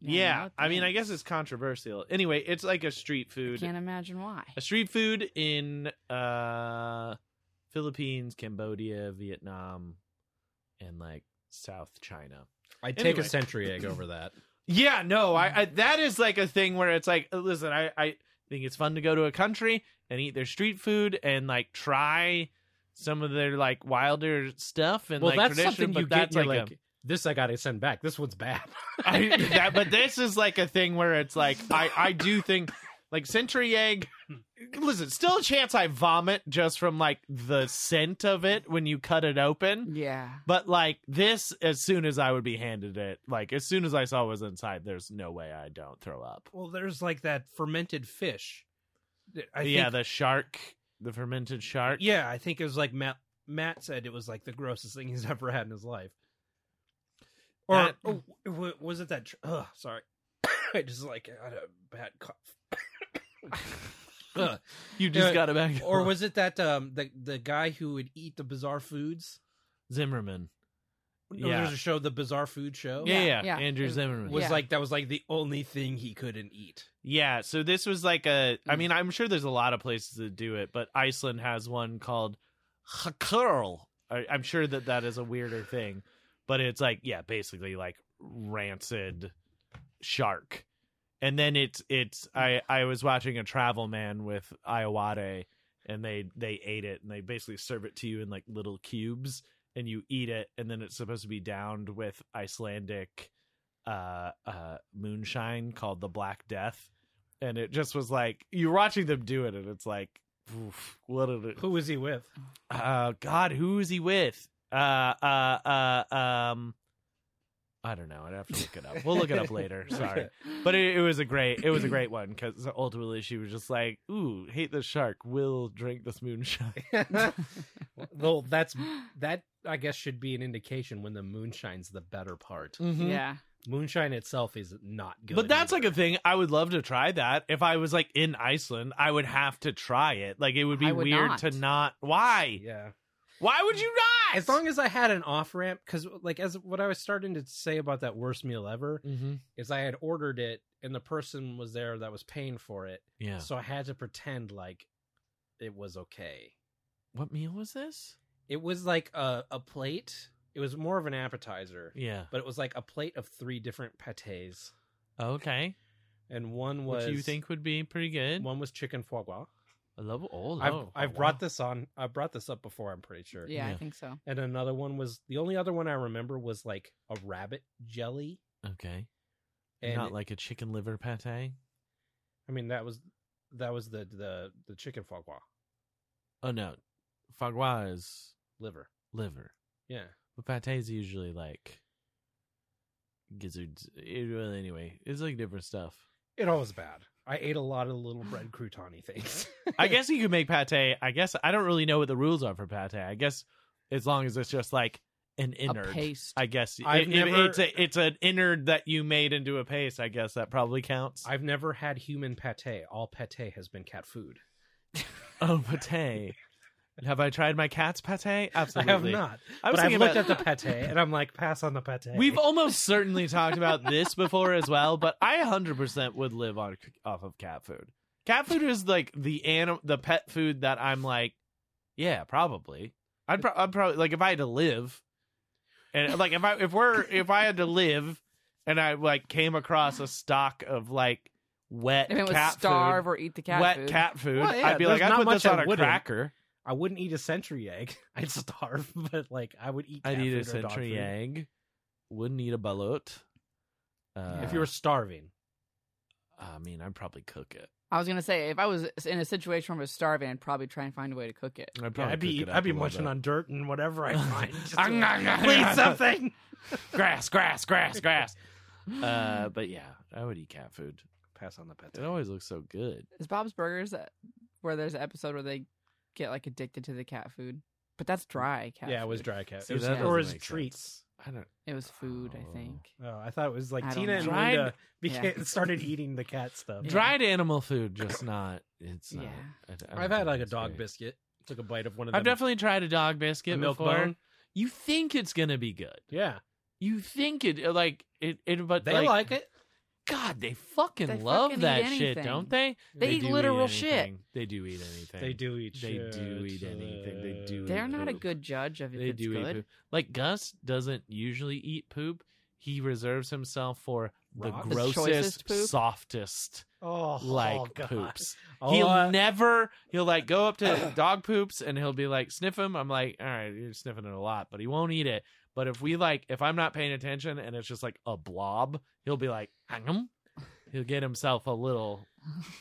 S3: yeah,
S2: no,
S3: I mean, I
S2: thanks.
S3: guess it's controversial. Anyway, it's like a street food.
S2: Can't imagine why.
S3: a street food in uh Philippines, Cambodia, Vietnam, and like South China.
S1: I take
S3: anyway.
S1: a century egg over
S3: (laughs)
S1: that.
S3: Yeah, no, I, I that is like a thing where it's like, listen, I I think it's fun to go to a country and eat their street food and like try some of their like wilder stuff and
S1: Well,
S3: like
S1: that's
S3: tradition,
S1: something
S3: but
S1: you get.
S3: that's
S1: You're
S3: like,
S1: like, this I got to send back. This one's bad. (laughs)
S3: a- I- that, but this is like a thing where it's like I I do think like century egg listen still a chance i vomit just from like the scent of it when you cut it open
S2: Yeah.
S3: but like this as soon as i would be handed it like as soon as i saw what was inside there's no way i don't throw up
S1: well, there's like that fermented fish. I
S3: yeah
S1: think,
S3: the shark the fermented shark
S1: yeah. I think it was like Matt. Matt said it was like the grossest thing (laughs) he's ever had in his life. Or
S3: That-
S1: oh, w- was it that? Tr- Ugh, sorry, (coughs) I just like had a bad cough. Ugh.
S3: you just
S1: Uh,
S3: got it back (laughs)
S1: or was it that um the the guy who would eat the bizarre foods?
S3: zimmerman
S1: No,
S3: Yeah.
S1: There's a show, the Bizarre Food Show.
S3: yeah,
S2: Yeah, yeah.
S3: yeah, andrew
S2: It-
S3: zimmerman
S1: Was
S2: Yeah.
S1: like that was like the only thing he couldn't eat.
S3: Yeah, so this was like a. I
S2: Mm.
S3: mean, I'm sure there's a lot of places that do it, but Iceland has one called hakurl. I- I'm sure that that is a weirder thing, but it's like yeah, basically like rancid shark. And then it's it's I I was watching a travel man with Iowade and they they ate it and they basically serve it to you in like little cubes and you eat it and then it's supposed to be downed with Icelandic uh uh moonshine called the Black Death and it just was like you're watching them do it, and it's like, oof, what did it?
S1: Who was he with? (laughs)
S3: Uh, God, who is he with? Uh, uh, uh, um, I don't know. I'd have to look it up. We'll look it
S1: (laughs)
S3: up later. Sorry. (laughs)
S2: (gasps)
S3: But it, it was a great, it was a great one because ultimately she was just like, "Ooh, hate the shark. Will drink this moonshine."
S1: Though that's
S3: Mm-hmm.
S1: that I guess should be an indication when the moonshine's the better part.
S3: Mm.
S2: yeah.
S1: Moonshine itself is not Mm-hmm. good.
S3: But that's
S1: either.
S3: like a thing. I would love to try that. If I was like in Iceland, I would have to try it. Like it would be
S2: I would
S3: weird
S2: not.
S3: to not. Why?
S1: yeah.
S3: Why would you not?
S1: As long as I had an off ramp, because like as what I was starting to say about that worst meal ever
S3: mm-hmm.
S1: is I had ordered it and the person was there that was paying for it,
S3: yeah.
S1: so I had to pretend like it was okay.
S3: What meal was this?
S1: It was like a a plate. It was more of an appetizer,
S3: Yeah.
S1: but it was like a plate of three different pates,
S3: Okay.
S1: and one
S3: What
S1: was
S3: you think would be pretty good?
S1: one was chicken foie gras.
S3: I love all.
S1: I've I've brought this on. I brought this up before. I'm pretty sure.
S2: Yeah, I
S3: Yeah.
S2: think so.
S1: And another one was the only other one I remember was like a rabbit jelly.
S3: Okay.
S1: And
S3: Not like a chicken liver pate.
S1: I mean that was that was the the the chicken foie gras
S3: Oh no, foie gras is
S1: liver.
S3: liver.
S1: Yeah.
S3: But pate is usually like gizzards. It- well, anyway, it's like different stuff.
S1: It all was bad. I ate a lot of little bread croutony things.
S3: I guess you could make pate. I guess I don't really know what the rules are for pate. I guess as long as it's just like an
S2: A
S3: innard.
S2: paste.
S3: I guess
S1: I've
S3: if- if
S1: never-
S3: it's a, it's an innard that you made into a paste. I guess that probably counts.
S1: (laughs) I've never had human pate. All pate has been cat food.
S3: Oh, pate. Have I tried my cat's pate? Absolutely.
S1: I have not.
S3: I was
S1: but I've
S3: thinking
S1: looked
S3: about-
S1: at the pate and I'm like, pass on the pate.
S3: We've almost certainly talked about this before as well, but I 100% would live on off of cat food. Cat food is like the anim- the pet food that I'm like, yeah, probably. I'd, pro- I'd probably like if I had to live, and like if I if we're if I had to live, and I like came across a stock of like wet
S2: If it was
S3: cat
S2: starve
S3: food,
S2: or eat the cat
S3: wet
S2: food.
S3: cat food,
S1: Well, yeah,
S3: I'd be like,
S1: there's
S3: I
S1: not
S3: put this
S1: much I
S3: on a
S1: wouldn't.
S3: cracker.
S1: I wouldn't eat a century egg. (laughs) I'd starve, but like I would eat.
S3: I'd
S1: cat
S3: eat a
S1: food or dog
S3: century
S1: food.
S3: egg. Wouldn't eat a balut. Uh,
S1: If you were starving,
S3: I mean, I'd probably cook it.
S2: I was gonna say if I was in a situation where I was starving, I'd probably try and find a way to cook it.
S3: I'd
S1: Yeah, I'd be I'd be munching on dirt and whatever
S3: (laughs)
S1: I find. Just to-
S3: Please
S1: Please
S3: something. (laughs)
S1: something. (laughs)
S3: grass, grass, grass, grass. Uh, but yeah, I would eat cat food.
S1: Pass on the pet.
S3: It always looks so good.
S2: Is Bob's Burgers that, where there's an episode where they get like addicted to the cat food? But that's dry cat.
S1: Yeah, it was
S2: food.
S1: dry cat.
S3: See,
S1: it was,
S3: that
S2: doesn't
S1: or it was
S3: make
S1: treats.
S3: I don't.
S2: It was food,
S3: Oh.
S2: I think.
S1: Oh, I thought it was like
S2: I don't
S1: Tina and
S3: know.
S1: Linda
S3: Dried-
S1: became,
S2: Yeah.
S1: (laughs) started eating the cat stuff.
S2: Yeah.
S3: Dried animal food, just not. It's not.
S2: Yeah.
S3: I don't
S1: I've
S3: think
S1: had like a
S3: it's
S1: dog
S3: great.
S1: biscuit. Took a bite of one of them.
S3: I've definitely tried a dog biscuit
S1: a milk
S3: before.
S1: bone.
S3: You think it's gonna be good.
S1: Yeah,
S3: You think it like it. it but
S1: they like, it.
S3: God, they fucking
S2: They
S3: love
S2: fucking eat
S3: that shit,
S2: anything.
S3: don't they?
S2: They eat
S3: do
S2: literal shit.
S3: anything. They do eat anything.
S1: They do eat.
S3: They
S1: shit.
S3: do eat anything. They do
S2: They're not a
S3: poop.
S2: good judge of if
S3: they
S2: it's
S3: do eat
S2: good.
S3: poop. Like Gus doesn't usually eat poop. He reserves himself for the
S1: Rock?
S2: The
S3: grossest,
S2: choicest poop?
S3: softest
S1: Oh,
S3: like
S1: oh, God.
S3: poops.
S1: Oh,
S3: he'll
S1: uh,
S3: never. He'll like go up to dog poops and he'll be like sniff him. I'm like, all right, you're sniffing it a lot, but he won't eat it. But if we like, if I'm not paying attention and it's just like a blob, he'll be like, hang him. He'll get himself a little,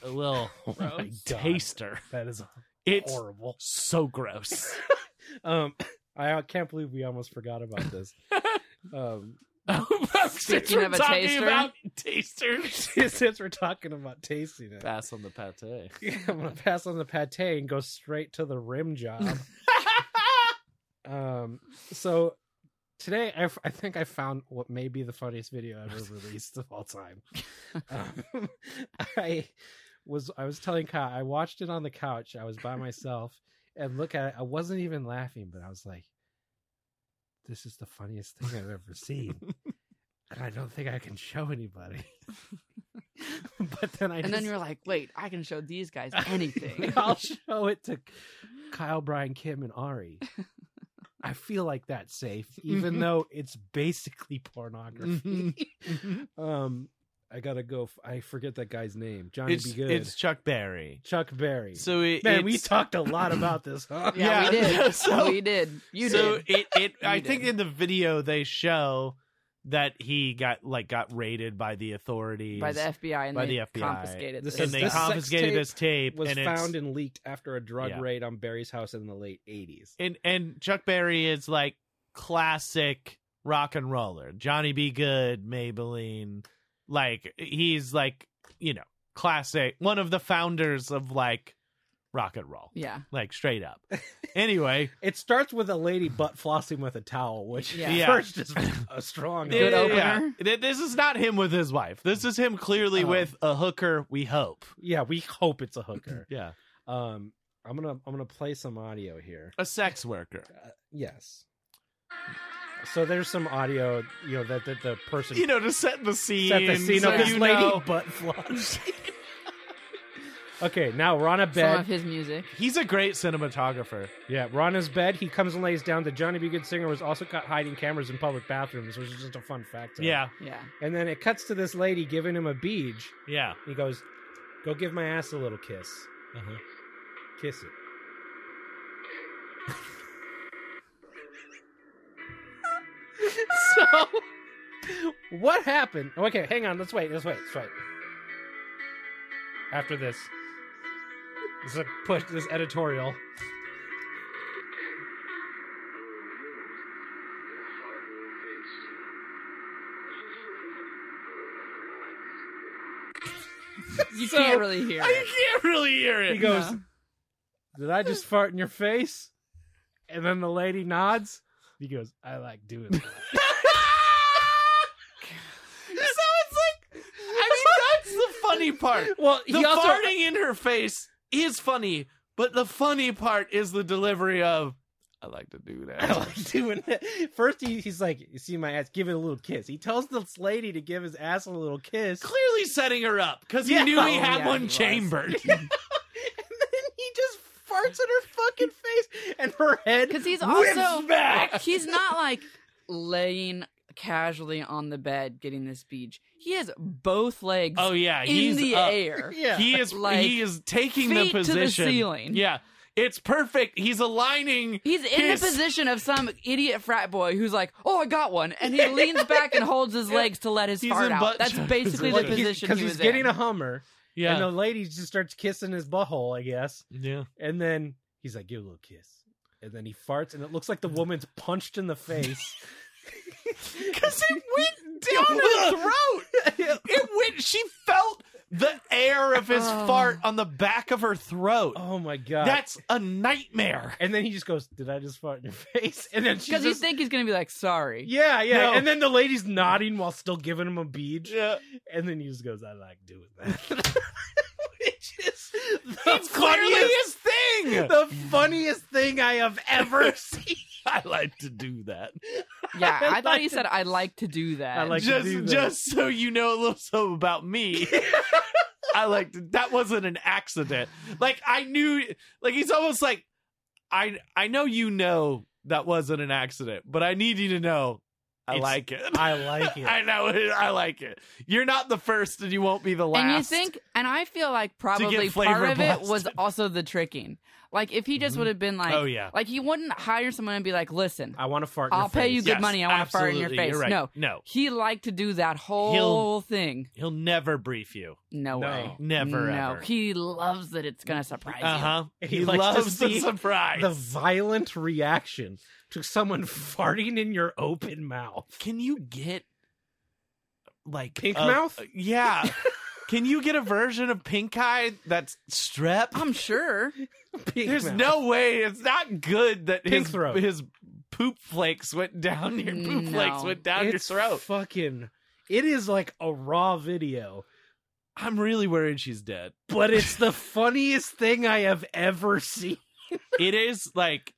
S3: a little
S1: my God.
S3: taster.
S1: that is
S3: It's
S1: horrible.
S3: so gross.
S1: Um, (coughs) I can't believe we almost forgot about this. um, (laughs)
S3: (laughs) Since
S2: Speaking
S3: we're
S2: of a
S3: talking
S2: taster.
S3: about tasters.
S1: since we're talking about tasting it,
S3: Pass on the pate.
S1: (laughs) I'm gonna pass on the pate and go straight to the
S2: (laughs)
S1: rim job. um, so today I, f- I think I found what may be the funniest video ever released of all time. Um, (laughs) I was I was telling Kyle I watched it on the couch. I was by myself and look at it. I wasn't even laughing, but I was like, "This is the funniest thing I've ever seen,"
S2: (laughs)
S1: and I don't think I can show anybody. (laughs) but then I
S2: And
S3: (laughs)
S2: then
S1: just-
S2: you're like, wait, I can show these guys anything.
S1: (laughs) I'll show it to Kyle, Brian, Kim, and
S2: (laughs)
S1: Ari. I feel like that's safe, even though it's basically pornography.
S2: Mm-hmm.
S1: (laughs) um, I gotta go. F- I forget that guy's name. Johnny
S3: It's,
S1: B. Good.
S3: it's Chuck Berry.
S1: Chuck Berry.
S3: So it,
S1: man,
S3: it's,
S1: we talked
S3: (laughs)
S1: a
S3: (coughs)
S1: lot about this, huh?
S2: yeah, we
S3: Yeah,
S2: did.
S3: (laughs) so-
S2: we did. You
S3: so
S2: did.
S3: it. it
S2: (laughs)
S3: I
S2: You
S3: think
S2: did.
S3: in the video they show that he got like got raided by the authorities
S2: by the FBI and
S3: by
S2: they
S3: the FBI.
S2: confiscated
S1: This
S2: the-
S3: and
S1: is-
S3: they
S1: this sex
S3: confiscated
S1: tape
S3: his tape
S1: was
S3: and it's-
S1: found and leaked after a drug
S3: Yeah.
S1: raid on Barry's house in the late 80s.
S3: and and Chuck Berry is like classic rock and roller. Johnny B. Good, Maybelline, like he's like you know classic one of the founders of like rock and roll,
S2: yeah.
S3: like straight
S1: (laughs)
S3: up. Anyway,
S1: It starts with a lady butt flossing with a towel, which
S2: Yeah.
S1: at (laughs)
S3: Yeah.
S1: first is a strong.
S2: Good
S3: yeah,
S1: yeah.
S2: opener.
S3: Th- This is not him with his wife. This is him clearly
S1: Oh.
S3: with a hooker. We hope.
S1: we hope
S3: (clears throat)
S1: it's a hooker.
S3: Yeah,
S1: um, I'm gonna I'm gonna play some audio here.
S3: a sex
S1: (laughs)
S3: worker.
S1: Uh, yes. So there's some audio, you know, that, that the person
S3: You know, to set the scene.
S1: set the scene
S3: so
S1: of this
S3: you
S1: lady
S3: know-
S1: butt floss. (laughs) okay, now we're on a
S2: Some of
S1: bed.
S2: his music.
S3: He's a great cinematographer.
S1: Yeah, we're on his bed. He comes and lays down. The Johnny B. Good singer was also caught hiding cameras in public bathrooms, which is just a fun fact.
S3: Yeah,
S2: Yeah.
S1: And then it cuts to this lady giving him a beej.
S3: yeah.
S1: He goes, "Go give my ass a little kiss. Uh-huh. Kiss it." so, what happened? Okay, hang on. Let's wait. Let's wait. Let's wait. After this, this is a push. This editorial.
S2: You
S3: So-
S2: can't really hear.
S3: You (laughs)
S2: It.
S3: can't really hear it.
S1: He goes,
S2: No.
S1: "Did I just fart in your face?" And then the lady nods. He goes, "I like doing (laughs) that."
S3: so it's like, I mean, that's the funny part.
S1: well,
S3: The farting in her face is funny, but the funny part is the delivery of. I like to do
S1: (laughs) I
S3: that.
S1: like doing that. First, he, he's like, "You see my ass? Give it a little kiss." He tells this lady to give his ass a little kiss, (laughs) and
S3: Clearly setting her up because he
S1: Yeah.
S3: knew he had
S2: Yeah,
S3: one
S2: he was. (laughs)
S3: chambered.
S1: then he just farts in her fucking face, and her head
S2: 'Cause he's
S1: whips
S2: also-
S1: back. (laughs)
S2: He's not like laying casually on the bed getting this beach. He has both legs
S3: oh yeah,
S2: in
S3: he's
S2: the
S3: up.
S2: air.
S1: (laughs) Yeah,
S3: He is
S2: Like,
S3: he is taking the
S2: feet to the
S3: position.
S2: ceiling.
S3: Yeah, it's perfect. He's aligning.
S2: He's in
S3: His-
S2: the position of some idiot frat boy who's like, "Oh, I got one," and he leans back and holds
S1: (laughs)
S2: his legs to let his
S3: He's
S2: fart
S3: in
S2: out.
S3: butt
S2: That's
S3: chuck
S2: basically the
S3: position.
S1: because
S2: position
S3: Like,
S2: he
S1: he's
S2: was
S1: getting
S2: in.
S1: a
S3: (laughs)
S1: hummer,
S3: Yeah,
S1: and the lady just starts kissing his butthole, I guess,
S3: yeah.
S1: and then he's like, "Give it a little kiss," and then he farts, and it looks like the woman's punched in the face. (laughs)
S3: Because it
S2: (laughs)
S3: went down her throat. It went. She felt the air of his
S2: Oh.
S3: fart on the back of her throat.
S1: (laughs) oh my god!
S3: That's a nightmare.
S1: and then he just goes, "Did I just fart in your (laughs) face?" And then she
S2: Because you
S1: just
S2: think he's gonna be like, "Sorry."
S1: Yeah, yeah.
S3: No.
S1: And then the lady's nodding while still giving him a bead.
S3: Yeah.
S1: And then he just goes, I like doing (laughs) that. Which is the
S3: It's clearly his thing.
S1: the funniest thing I have ever seen.
S3: (laughs) I like to do that.
S1: (laughs)
S2: Yeah,
S1: I
S2: I thought he
S1: like to-
S2: said, "I like to do that."
S1: I like- to do
S3: just,
S1: that.
S3: just so you know a little something about
S1: (laughs)
S3: me. I like to, that wasn't an accident. Like I knew. Like he's almost like I. I know you know that wasn't an accident, but I need you to know. I
S1: It's-
S3: like it. (laughs)
S1: I like it.
S3: I know it. I like it. You're not the first, and you won't be the last.
S2: and you think, and I feel like probably
S3: flavor
S2: part of it
S3: blasted.
S2: was also the tricking. Like if he just
S1: Mhm.
S2: would have been like,
S3: oh yeah,
S2: like he wouldn't hire someone and be like, "Listen,
S1: I want to fart. in
S2: I'll
S1: your
S2: pay
S1: face.
S2: you good money. I want to fart in your
S3: absolutely. You're
S2: face."
S3: right.
S2: No,
S3: no,
S2: he liked to do that whole thing.
S3: he'll never brief you.
S2: No,
S1: No.
S2: way.
S3: Never.
S2: No,
S3: ever.
S2: he loves that it's gonna surprise
S3: Uh huh.
S1: He
S3: (laughs) He,
S1: likes to
S3: loves the
S1: see
S3: surprise.
S1: The violent reaction to someone farting in your open mouth. Uh,
S3: Can you get like
S1: Pink
S3: a-
S1: mouth?
S3: (laughs) Yeah. Can you get a version of pink eye that's strep?
S2: you. I'm sure.
S1: Pink
S3: There's
S1: mouth.
S3: no way. It's not good that
S1: Pink
S3: his
S1: throat.
S3: his poop flakes went down your poop
S2: No.
S3: flakes went down your
S1: It's
S3: throat.
S1: fucking. It is like a raw video,
S3: I'm really worried she's dead.
S1: but it's the funniest thing I have ever seen.
S3: it is like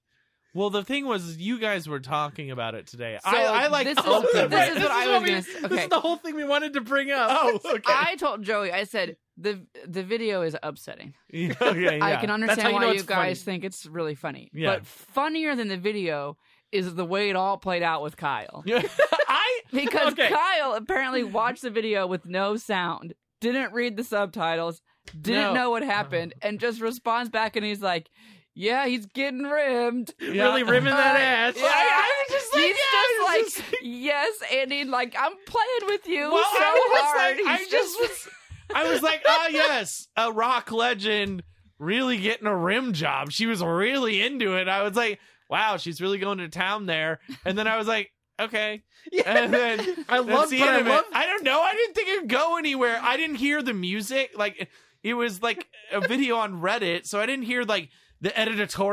S3: well the thing was you guys were talking about it today
S2: So
S3: I, I like
S2: this is-
S3: oh,
S2: (laughs) this
S3: right.
S2: is what I was
S1: we-
S2: gonna s-
S1: This
S2: okay.
S1: is the whole thing we wanted to bring up.
S3: oh okay
S2: I told Joey, I said the the video is upsetting.
S3: Yeah, (laughs) okay, yeah.
S2: I can understand
S1: how you
S2: why
S1: know
S2: you
S1: it's
S2: guys think it's really funny.
S3: Yeah.
S2: But funnier than the video is the way it all played out with Kyle.
S3: Yeah. (laughs) I
S2: (laughs) Because
S1: Okay.
S2: Kyle apparently watched the video with no sound, didn't read the subtitles, didn't
S3: No.
S2: know what happened, and just responds back and he's like, Yeah, he's getting rimmed.
S1: (laughs) Really rimming that
S2: Uh,
S1: ass. (laughs)
S2: yeah.
S3: (laughs) I, I was just
S2: He's
S3: like, yeah, I was
S2: just like, yes, Andy, like I'm playing with you
S3: Well,
S2: so
S3: I was
S2: hard.
S3: like- I
S2: He's
S3: just I was like, ah, yes, a rock legend really getting a rim job. She was really into it. I was like, wow, she's really going to town there. And then I was like, okay. And then
S1: I
S3: that's
S1: love,
S3: the
S1: but
S3: end
S1: I
S3: of it.
S1: love
S3: I don't know. I didn't think it'd go anywhere. I didn't hear the music. Like it was like a video on Reddit, so I didn't hear like the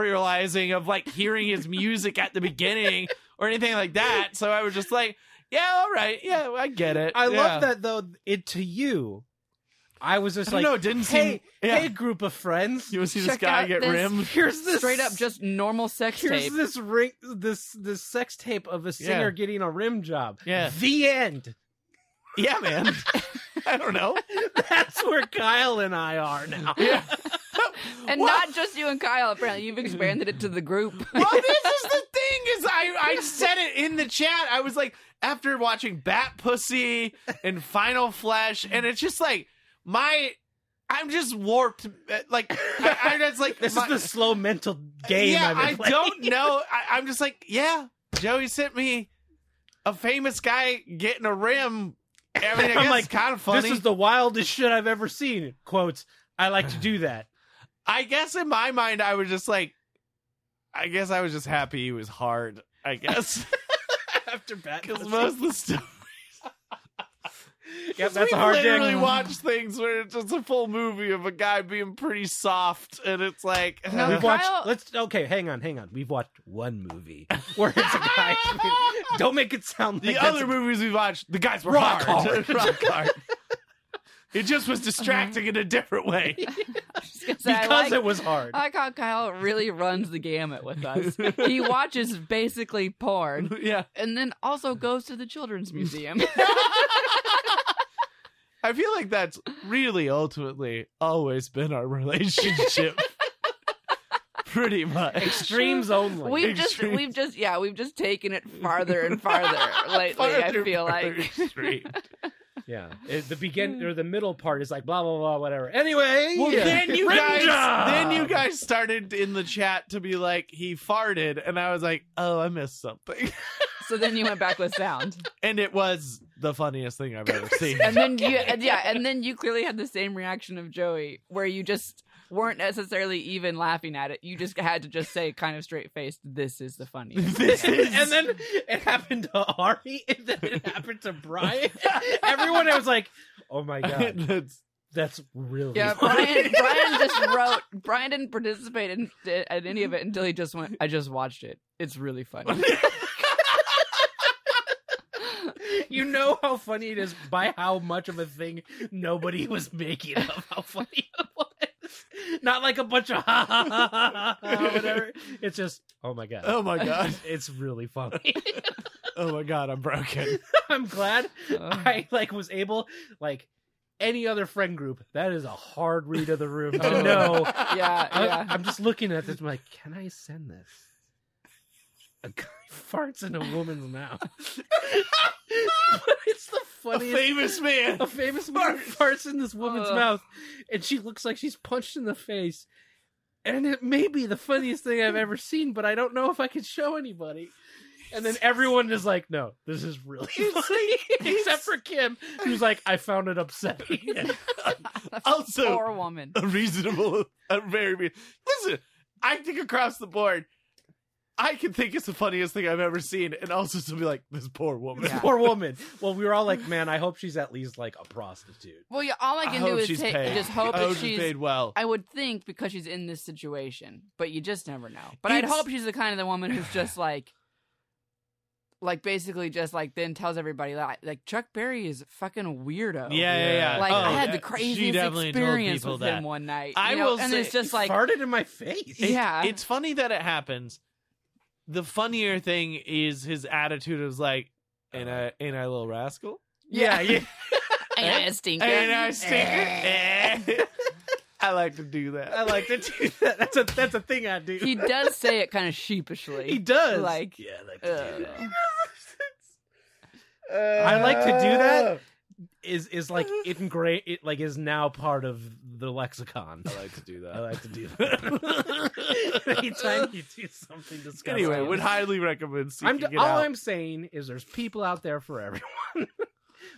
S3: editorializing of like hearing his music at the beginning or anything like that. So I was just like, yeah, all right, yeah, I get it.
S1: I
S3: yeah.
S1: love that though. It to you, I was
S3: I (laughs)
S1: just
S3: don't
S1: like,
S3: know. It didn't
S1: hey,
S3: seem. Yeah.
S1: hey, group of friends.
S3: you want to see this
S2: Check
S3: guy
S2: out
S3: get
S2: this-
S3: rimmed?
S1: Here's this
S2: straight up just normal sex
S1: here's
S2: tape.
S1: this ring, this this sex tape of a singer
S3: Yeah.
S1: getting a rim job.
S3: Yeah.
S1: the end.
S3: Yeah,
S1: (laughs)
S3: man. I don't know.
S1: That's where Kyle and I are now.
S3: Yeah.
S2: and
S3: Well-
S2: not just you and Kyle. Apparently, you've expanded it to the group. (laughs)
S1: (laughs)
S3: well, this is the thing is I, I said it in the chat. I was like, after watching Bat Pussy and Final Flash, and it's just like my I'm just warped. uh, Like I,
S1: (laughs)
S3: I just like
S1: This
S3: my-
S1: is the slow mental game.
S3: Yeah,
S1: I've been
S3: I
S1: playing. (laughs)
S3: don't know. I, I'm just like, yeah, Joey sent me a famous guy getting a rim. I mean,
S1: I'm
S3: I guess
S1: like,
S3: it's kind of funny.
S1: This is the wildest shit I've ever seen. Quotes. I like to do
S3: (laughs)
S1: that.
S3: I guess in my mind, I was just like, I guess I was just happy it was hard. I guess
S1: (laughs)
S3: (laughs)
S1: After bat,
S3: because most of the stuff.
S1: Yep, (laughs) that's a
S3: we
S1: hard
S3: literally
S1: thing.
S3: watch things where it's just a full movie of a guy being pretty soft, and
S1: (laughs)
S3: it's like,
S2: No,
S1: We've
S3: uh,
S1: watched.
S2: Kyle-
S1: Let's okay. Hang on, hang on. We've watched one movie (laughs) where it's a
S3: (laughs)
S1: guy. don't make it sound
S3: the
S1: like that's
S3: other
S1: a-
S3: movies we watched, the guys were
S1: Rock
S3: hard.
S1: hard. (laughs)
S3: (laughs)
S1: Uh-huh.
S3: Rock hard. It just was distracting in a
S1: (laughs)
S3: different way.
S2: because
S1: because
S2: I like,
S1: it was hard.
S3: Uh,
S2: I like how Kyle really runs the gamut with
S3: (laughs)
S2: us. he watches basically porn,
S3: yeah,
S2: and then
S3: (laughs)
S2: also goes to the children's museum.
S3: I feel like that's really ultimately always been
S1: (laughs)
S3: our (laughs) relationship, pretty much.
S1: Extremes only.
S2: we've just,
S3: Extreme.
S2: we've just, yeah, we've just taken
S3: (laughs)
S2: it farther and farther lately. I
S3: Farther,
S2: feel like.
S3: farther extreme.
S1: yeah, It- the begin or the middle part is like blah blah blah whatever. Anyway,
S3: Hmm. Well,
S1: yeah. (laughs)
S3: then you
S1: Rim
S3: guys,
S1: job!
S3: then you guys started in the chat to be like, he farted, and I was like, oh, I missed something,
S2: (laughs)
S3: (laughs)
S2: So then you went back with sound,
S3: and it was the funniest thing I've ever
S2: (laughs)
S3: seen. (laughs)
S2: and then you, and yeah, and then you clearly had the same reaction of Joey, where you just weren't necessarily even laughing at it. You just had to just say, kind of straight faced, "This is the funniest."
S3: this is,
S1: and then it happened to Ari, (laughs) and then it happened to Brian. (laughs) Everyone was like, "Oh my
S3: (laughs)
S1: god,
S3: That's-
S1: that's really
S2: (laughs) Yeah,
S1: funny."
S2: Brian. Brian just wrote. Brian didn't participate in at any of it until he just went. I just watched it. It's really
S3: (laughs)
S2: funny.
S1: You know how funny it is by how much of a thing nobody was making of how funny it was. Not like a bunch of ha ha ha ha, ha ha, whatever. It's just oh my god,
S3: oh my god,
S1: it's really funny. (laughs)
S3: oh my god,
S2: (laughs)
S3: I'm broken.
S1: I'm glad
S2: Uh,
S1: I like was able like any other friend group. That is a hard read of the room
S2: Oh.
S1: to know.
S2: yeah,
S1: I,
S2: yeah.
S1: I'm just looking at this. I'm like, can I send this? A guy (laughs) farts in a woman's mouth. (laughs) but it's the
S3: a
S1: funniest
S3: famous man.
S2: (laughs)
S1: a famous man farts in this woman's
S2: Ugh.
S1: mouth, and she looks like she's punched in the face. And it may be the funniest thing I've ever seen, but I don't know if I can show anybody. And then everyone is like, "No, this is really funny," (laughs) except for Kim, who's like, "I found it
S2: (laughs)
S1: upsetting."
S3: Also,
S2: Poor woman.
S3: a reasonable, a very re- listen. I think across the board, I can think it's the funniest thing I've ever seen, and also to be like this poor woman. (laughs)
S2: Yeah.
S1: Poor woman. Well, we were all like, "Man, I hope she's at least like a prostitute."
S2: Well, yeah. All I
S3: I
S2: can
S3: hope
S2: do is
S3: she's
S2: take,
S3: paid.
S2: just hope
S3: I
S2: that
S3: hope
S2: she's.
S3: paid well.
S2: I would think because she's in this situation, but you just never know. But I'd
S1: It's-
S2: hope she's the kind of the woman who's just like, like basically just like then tells everybody that like Chuck Berry is a fucking weirdo.
S1: yeah, yeah.
S2: Like I
S1: Oh,
S2: had the
S3: she
S2: craziest
S3: definitely told
S2: experience
S3: people
S2: with
S3: that.
S2: him one night.
S3: I
S2: you know?
S3: will
S2: and
S3: say-
S2: it's just like
S1: farted in
S2: (laughs)
S1: my face.
S3: It-
S2: Yeah.
S3: It's funny that it happens. The funnier thing is his attitude is like, ain't I, ain't I a little rascal?
S1: yeah, yeah.
S2: and it's stinker.
S3: Ain't (laughs) I a stinker? (laughs) I like to do that.
S1: I like to do that. (laughs) That's a that's a thing I do.
S2: he does say it kind of sheepishly.
S1: He does.
S2: Like,
S1: yeah, I like
S2: Ugh.
S1: I like to do that. is is like ingra- it like is now part of the lexicon.
S4: I like to do that.
S1: I
S3: (laughs)
S1: like to do that. (laughs) Anytime you do something disgusting.
S3: Anyway,
S2: Right.
S3: would highly recommend seeking
S1: I'm d-
S3: it
S1: all
S3: out.
S1: I'm saying is there's people out there for everyone. (laughs)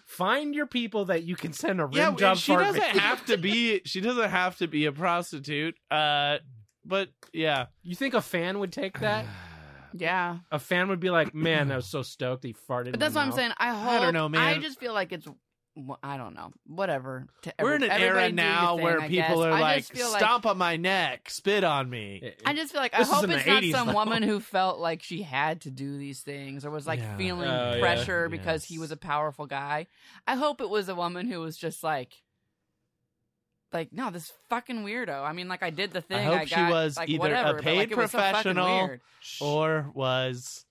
S1: Find your people that you can send a rim
S3: yeah,
S1: job
S3: she
S1: for.
S3: doesn't have to be. She doesn't have to be a prostitute. Uh, but yeah,
S1: You think a fan would take that?
S2: yeah.
S1: A fan would be like, "Man, I was so stoked he farted."
S2: But
S1: in
S2: that's
S1: my
S2: what I'm
S1: mouth."
S2: saying. I hope.
S3: don't know, man.
S2: I just feel like it's. wh- I don't know. Whatever. To
S3: we're in
S2: every-
S3: an era
S2: everybody do your
S3: now
S2: thing,
S3: where
S2: I
S3: people
S2: guess.
S3: are
S2: I
S3: like,
S2: just feel
S3: "Stomp on my neck, spit on me."
S1: It-
S2: I just feel like I
S1: This is
S2: hope
S1: in the
S2: it's not
S1: 80s,
S2: some
S1: though.
S2: woman who felt like she had to do these things or was like
S3: Yeah.
S2: feeling
S1: Oh, yeah.
S2: pressure because he
S3: Yes.
S2: was a powerful guy. I hope it was a woman who was just like like no, this fucking weirdo. I mean, like I did the thing.
S3: hope
S2: I
S3: she
S2: got,
S3: was
S2: like,
S3: either a
S2: whatever, but, like,
S3: paid
S2: it was so fucking
S3: professional
S2: weird.
S3: Or was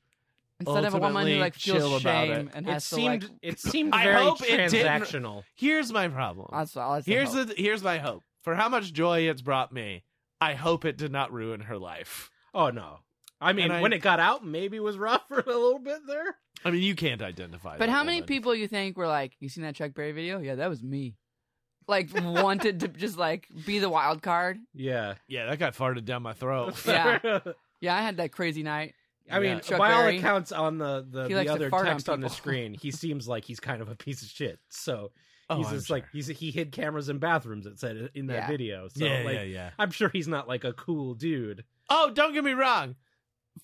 S2: instead of a woman who
S3: ultimately
S2: like
S3: chill
S2: feels
S3: about
S2: shame
S3: it.
S2: and
S1: it
S2: has
S1: seemed
S2: to like.
S1: it seemed
S3: I
S1: very
S3: hope it didn't-
S1: transactional.
S3: here's my problem.
S2: That's all. That's the
S3: here's
S2: hope.
S3: the here's my hope for how much joy it's brought me. I hope it did not ruin her life.
S1: Oh no! I mean,
S3: And I-
S1: when it got out, maybe it was rough (laughs) for a little bit there.
S3: I mean, you can't identify.
S2: But
S3: that
S2: how many
S3: woman.
S2: people you think were like, "You seen that Chuck Berry video? Yeah, that was me." Like wanted to just like be the wild card.
S1: Yeah,
S3: Yeah, that guy farted down
S2: (laughs)
S3: my throat.
S2: Yeah. Yeah, I had that crazy night.
S1: (laughs) I mean,
S3: Yeah.
S2: Chuck
S1: by all
S2: Berry.
S1: accounts, on the the,
S2: He
S1: the
S2: likes to
S1: other
S2: fart on
S1: text on, the
S2: people. (laughs)
S1: screen, he seems like he's kind of a piece of shit. So
S3: Oh,
S1: he's
S3: I'm
S1: just like
S3: sure.
S1: he's he hid cameras in bathrooms. It said in that
S2: Yeah.
S1: video. So
S3: yeah,
S1: like,
S3: yeah, yeah.
S1: I'm sure he's not like a cool dude.
S3: Oh, don't get me wrong.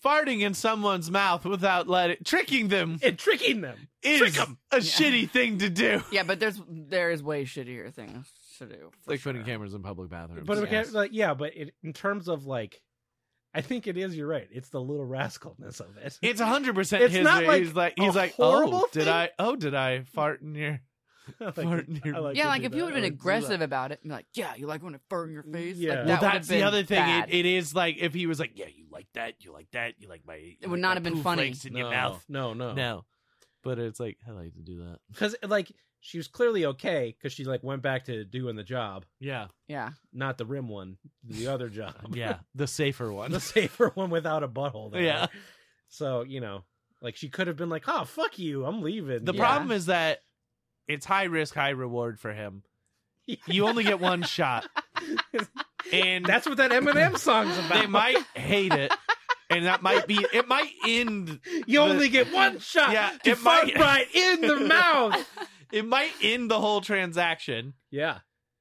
S3: Farting in someone's mouth without letting tricking them
S1: And tricking them.
S3: is
S1: Trick 'em.
S3: a shitty thing to do.
S2: (laughs) Yeah, but there's there is way shittier things to do. for
S3: Like
S2: sure.
S3: putting cameras in public bathrooms.
S1: But okay, like, yeah, but it, in terms of like, I think it is. You're right. It's the little rascalness of it. (laughs)
S3: it's hundred percent.
S1: It's
S3: his,
S1: not like
S3: he's like
S1: a
S3: he's like
S1: horrible
S3: oh did
S1: thing."
S3: I oh did I fart in your
S1: I (laughs) like
S3: fart
S1: to-
S3: in your
S1: I like
S2: yeah,
S1: to
S2: like
S1: do
S2: if
S1: that.
S2: you would have
S1: I
S2: been
S1: like to do
S2: aggressive
S1: that.
S2: about it, and be like, "Yeah, you like when it fur in your face." Like,
S1: Yeah. Well,
S2: that
S3: well,
S2: would've
S3: that's the
S2: been
S3: other thing.
S2: bad.
S3: It, it is like if he was like, yeah, you like that, you like that, you like my. you
S2: would
S3: like
S2: not
S3: my
S2: have been
S3: poo
S2: funny.
S3: flakes in
S1: no,
S3: your mouth.
S1: No, no,
S3: No, but it's like I like to do that.
S1: Because like she was clearly okay because she like went back to doing the job,
S3: (laughs) Yeah,
S2: yeah,
S1: not the rim one, the other job.
S3: (laughs)
S1: (laughs)
S3: yeah, the safer
S1: the (laughs)
S3: one.
S1: safer one without a butthole. there.
S3: Yeah.
S1: So you know, like she could have been like, "Oh, fuck you, I'm leaving."
S3: The
S2: Yeah.
S3: problem is that it's high risk, high reward for him. You only get one
S2: (laughs)
S3: shot, and
S1: That's what that
S3: (laughs)
S1: Eminem song's about.
S3: they might
S1: (laughs)
S3: hate it, and that might be it. Might end.
S1: you only get one shot.
S3: Yeah,
S1: to
S3: it
S1: fart
S3: might-
S1: right in
S3: (laughs)
S1: the mouth.
S3: It might end the whole transaction,
S1: Yeah,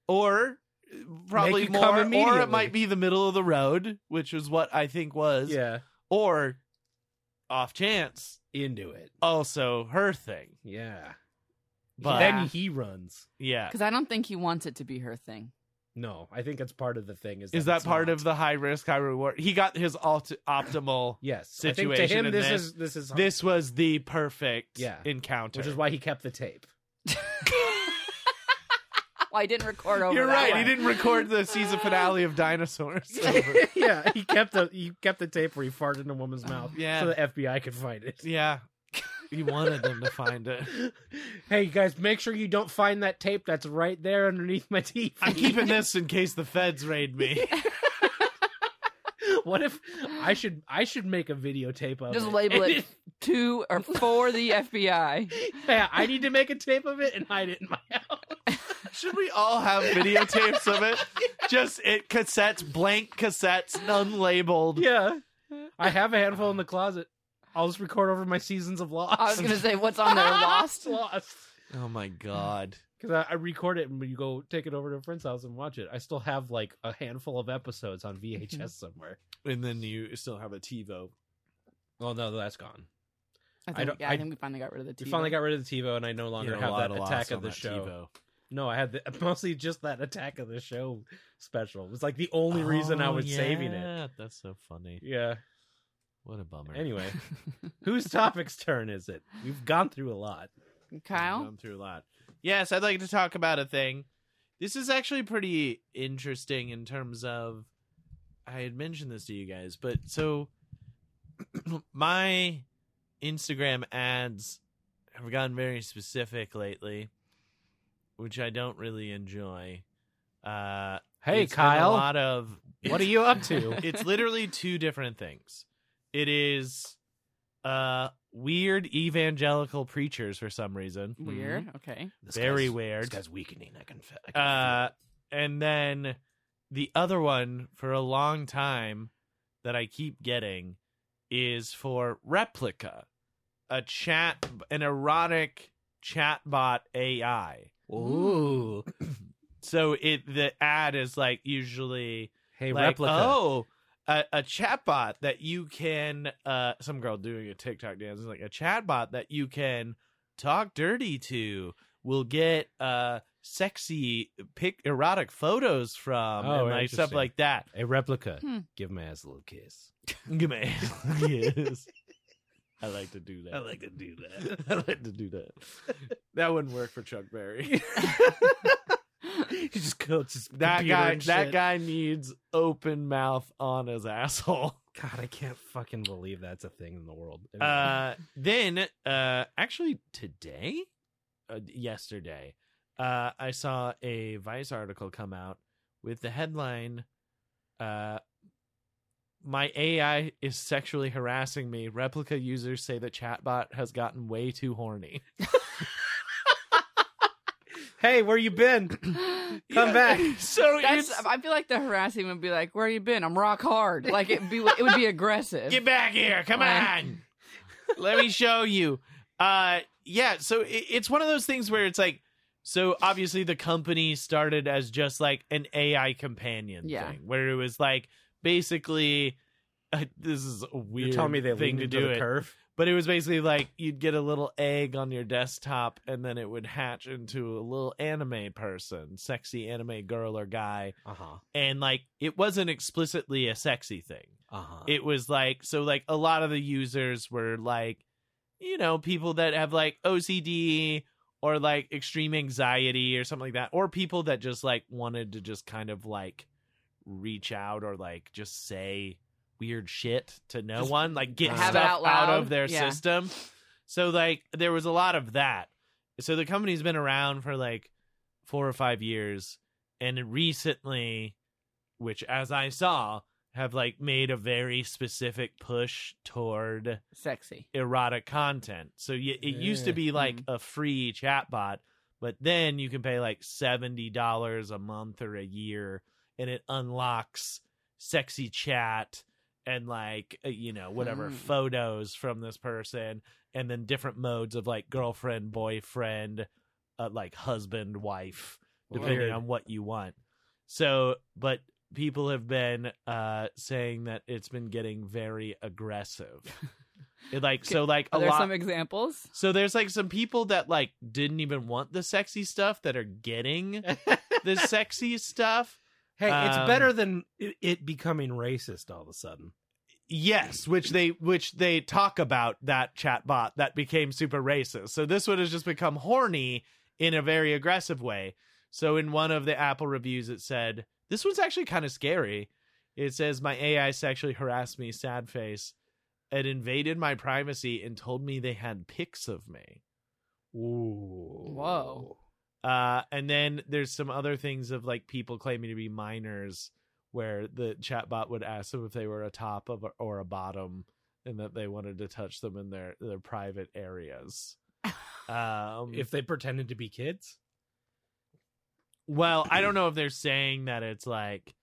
S3: or uh, probably
S1: you
S3: more,
S1: come
S3: or
S1: immediately.
S3: it might be the middle of the road, which is what I think was.
S1: yeah,
S3: or off chance
S1: into it.
S3: also her thing
S1: Yeah,
S3: but yeah,
S1: then he runs.
S2: because I don't think he wants it to be her thing.
S1: No, I think that's part of the thing. Is
S3: is that
S1: it's
S3: part
S1: not.
S3: of the high risk high reward he got his alt- optimal
S1: yes I think to
S3: situation
S1: him,
S3: in
S1: this,
S3: this?
S1: is this is
S3: this was the perfect
S1: Yeah.
S3: encounter
S1: which is why he kept the tape.
S2: Well, I didn't record over.
S3: you're
S2: that
S3: right he
S2: one.
S3: didn't record the season finale
S1: (laughs)
S3: of dinosaurs
S1: (laughs) yeah, he kept the he kept the tape where he farted in a woman's mouth.
S3: Yeah.
S1: so the FBI could find it. (laughs)
S3: yeah he wanted them to find it
S1: Hey, you guys, make sure you don't find that tape that's right there underneath my teeth.
S3: i'm keeping this in case the feds raid me
S1: (laughs) what if I should I should make a videotape of
S2: Just
S1: it?
S2: label it (laughs) two or for the FBI.
S1: (laughs) yeah, I need to make a tape of it and hide it in my house.
S3: should we all have videotapes of (laughs) it just it cassettes blank cassettes unlabeled
S1: Yeah, I have a handful in the closet. I'll just record over my seasons of Lost.
S2: I was
S1: (laughs)
S2: gonna say what's on there, Lost.
S1: Lost.
S3: oh my god
S1: Because I, I record it and when you go take it over to a friend's house and watch it, I still have like a handful of episodes (laughs) on VHS somewhere.
S3: and then you still have a TiVo.
S1: Oh no, that's gone.
S2: I
S1: I
S2: think,
S1: don't-
S2: yeah, I,
S1: I-
S2: think we finally got rid of the.
S1: We
S2: TV.
S1: finally got rid of the TiVo, and I no
S3: You
S1: longer
S3: know, a
S1: have
S3: lot
S1: that
S3: of loss
S1: attack
S3: on
S1: of the
S3: that
S1: show.
S3: TiVo.
S1: No, I had the, (laughs) mostly just that attack of the show special. It was like the only reason I
S3: Oh,
S1: was saving it.
S3: yeah, That's so funny.
S1: Yeah.
S3: What a bummer. (laughs)
S1: Anyway, whose topic's turn is it? We've gone through a lot.
S3: We've
S2: Kyle.
S3: gone through a lot. Yes, I'd like to talk about a thing. This is actually pretty interesting in terms of. I had mentioned this to you guys, but so (clears throat) my Instagram ads have gotten very specific lately, which I don't really enjoy. Uh,
S1: Hey,
S3: it's been
S1: Kyle,
S3: a lot of
S1: what are (laughs) you up to?
S3: it's literally two different things. It is uh weird evangelical preachers for some reason.
S2: Weird. Okay.
S1: This
S3: Very
S1: guy's-
S3: weird.
S1: This guy's weakening. I can. fe- I can
S3: Uh, and then the other one for a long time that I keep getting is for Replica, a chat, an erotic chatbot AI.
S1: feel it. Ooh.
S3: So it the ad is like usually
S1: Hey,
S3: like,
S1: replica.
S3: Oh, a, a chatbot that you can. Uh, some girl doing a TikTok dance is like a chatbot that you can talk dirty to. Will get uh sexy pic erotic photos from
S1: Oh,
S3: and like stuff
S1: interesting.
S3: like that.
S1: A replica.
S2: Hmm.
S1: Give my ass a little kiss.
S3: Give me- (laughs) yes. I like to do that.
S1: to do
S3: (laughs) I like to do that. That wouldn't work for Chuck Berry. (laughs)
S1: he just coats
S3: That guy. That guy needs open mouth on his asshole.
S1: God, I can't fucking believe that's a thing in the world. (laughs)
S3: uh then uh actually today uh, yesterday uh i saw a vice article come out with the headline uh my ai is sexually harassing me replica users say the chatbot has gotten way too horny
S1: hey, where you been?
S3: (laughs)
S1: Come back.
S3: so
S2: That's.
S3: it's
S2: I feel like the harassing would be like, "Where you been? I'm rock hard." Like it be. It would be aggressive.
S3: Get back here. Come
S2: Right.
S3: on. Let me show you. Uh yeah, so it, it's one of those things where it's like so obviously the company started as just like an AI companion
S2: Yeah.
S3: thing where it was like basically uh, this is a weird
S1: You're telling me they
S3: thing
S1: leaned
S3: to
S1: into
S3: do
S1: the
S3: it.
S1: curve?
S3: But it was basically like you'd get a little egg on your desktop and then it would hatch into a little anime person, sexy anime girl or guy.
S1: Uh huh.
S3: And like it wasn't explicitly a sexy thing
S1: Uh huh.
S3: it was like so like a lot of the users were like you know people that have like ocd or like extreme anxiety or something like that or people that just like wanted to just kind of like reach out or like just say weird shit to no
S2: Just
S3: one like get
S1: have
S3: stuff
S1: it
S2: out
S3: out,
S2: loud.
S3: of their
S2: Yeah.
S3: system so like there was a lot of that so the company's been around for like four or five years and recently which as i saw have like made a very specific push toward
S2: Sexy.
S3: erotic content so y- it used to
S1: Yeah.
S3: be like a free chatbot but then you can pay like $70 a month or a year and it unlocks sexy chat and like uh, you know whatever
S2: Mm.
S3: photos from this person and then different modes of like girlfriend boyfriend uh, like husband wife depending
S1: Weird.
S3: on what you want. So, but people have been uh saying that it's been getting very
S2: (laughs)
S3: aggressive. It, like so like a
S2: Are there
S3: lot
S2: some examples?
S3: So there's like some people that like didn't even want the sexy stuff that
S2: (laughs)
S3: are getting the sexy stuff.
S1: Hey, it's
S3: Um,
S1: better than it, it becoming racist all of a sudden.
S3: Yes, which they which they talk about that chatbot that became super racist. So this one has just become horny in a very aggressive way. So in one of the Apple reviews it said, this one's actually kind of scary. It says my AI sexually harassed me, sad face. It invaded my privacy and told me they had pics of me.
S1: Ooh.
S2: Whoa.
S3: Uh, and then there's some other things of like people claiming to be minors, where the chatbot would ask them if they were a top of or a bottom, and that they wanted to touch them in their their private areas. Um,
S1: If they pretended to be kids?
S3: well, I don't know if they're saying that it's like,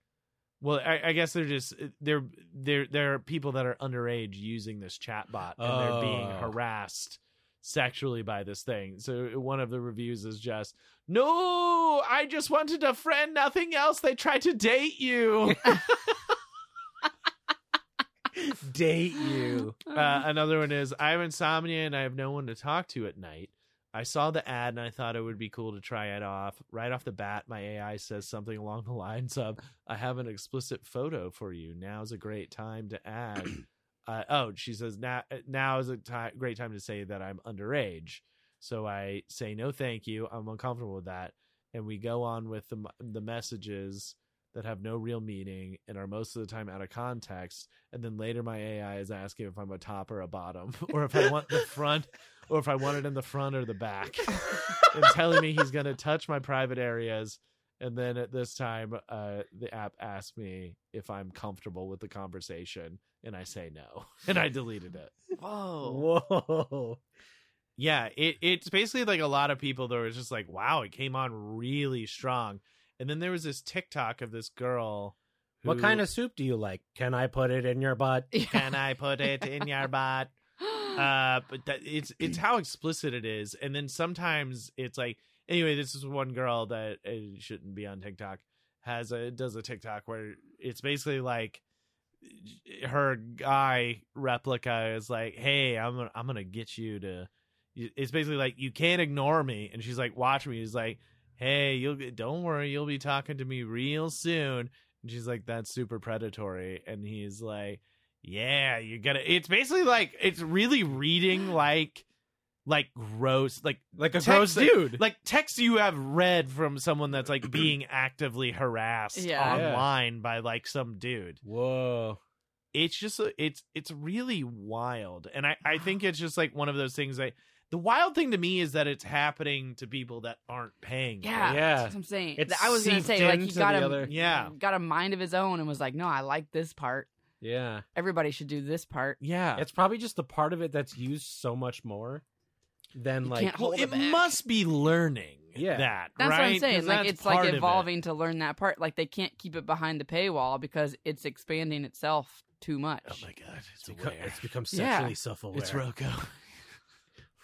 S3: well, I, I guess they're just they're they're there are people that are underage using this chatbot and they're being
S1: Oh.
S3: harassed sexually by this thing. So one of the reviews is just, "No, I just wanted a friend, nothing else. They tried to date you."
S1: (laughs) Date you.
S3: Uh, another one is I have insomnia and I have no one to talk to at night. I saw the ad and I thought it would be cool to try it off. Right off the bat, my AI says something along the lines of, I have an explicit photo for you. Now's a great time to add.
S1: (clears throat)
S3: uh, oh, she says, now, now is a ti- great time to say that I'm underage. So I say, no, thank you. I'm uncomfortable with that. And we go on with the, m- the messages that have no real meaning and are most of the time out of context. And then later, my AI is asking if I'm a top or a bottom, (laughs) or if I want the front, or
S2: (laughs)
S3: if I want it in the front or the back, and telling me he's going to touch my private areas And then at this time, uh, the app asked me if I'm comfortable with the conversation, and I say no, (laughs) and I deleted it.
S2: Whoa.
S3: Oh.
S1: Whoa.
S3: Yeah, it it's basically like a lot of people that were just like, wow, it came on really strong. And then there was this TikTok of this girl. Who,
S1: What kind of soup do you like? Can I put it in your butt?
S3: can I put it in your butt? (gasps) Uh, but that, it's it's how explicit it is, and then sometimes it's like anyway. This is one girl that uh, shouldn't be on TikTok has a does a TikTok where it's basically like her guy replica is like, "Hey, I'm gonna, I'm gonna get you to." It's basically like you can't ignore me, and she's like, "Watch me." He's like, "Hey, you'll get- don't worry, you'll be talking to me real soon." And she's like, "That's super predatory," and he's like, "Yeah, you're gonna." It's basically like it's
S1: (gasps)
S3: really reading like like gross
S1: (laughs)
S3: like
S1: Like a
S3: Text-
S1: gross dude.
S3: like texts you have read from someone
S1: (clears throat)
S3: that's like being actively harassed
S2: Yeah.
S3: online by like some dude
S1: Whoa.
S3: it's just a- it's it's really wild and i i think it's just like one of those things that the wild thing to me is that it's happening to people that aren't paying for it.
S2: Yeah,
S1: Yeah.
S2: that's what I'm saying.
S1: It's
S2: I was gonna
S1: seeped
S2: say like he
S1: into
S2: got
S1: the
S2: a
S1: (laughs) other-
S3: Yeah.
S2: got a mind of his own and was like, no, I like this part.
S1: Yeah.
S2: Everybody should do this part.
S3: yeah
S1: It's probably just the part of it that's used so much more than
S2: You
S1: like
S2: can't
S3: well
S2: hold
S3: it
S2: it back.
S3: must be learning
S1: Yeah.
S3: that
S2: That's
S3: right?
S2: what I'm
S3: 'Cause
S2: saying. Like
S3: that's
S2: it's like
S3: part of it.
S2: evolving to learn that part. Like they can't keep it behind the paywall because it's expanding itself too much.
S3: oh my god it's,
S1: it's become,
S3: aware.
S1: it's become
S2: Yeah.
S1: sexually self-aware. (laughs)
S3: it's rocco (laughs)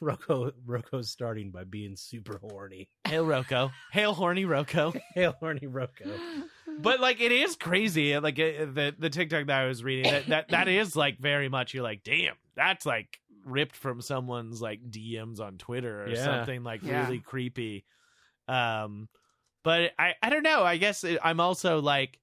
S1: Rocco Rocco's starting by being super horny.
S3: hail rocco hail horny rocco
S1: Hail horny Rocco.
S3: (laughs) but like it is crazy like uh, the the tiktok that i was reading that that, that is like very much you're like damn that's like ripped from someone's like dms on twitter or
S1: Yeah.
S3: something like
S2: Yeah.
S3: really creepy um but i i don't know i guess it, i'm also like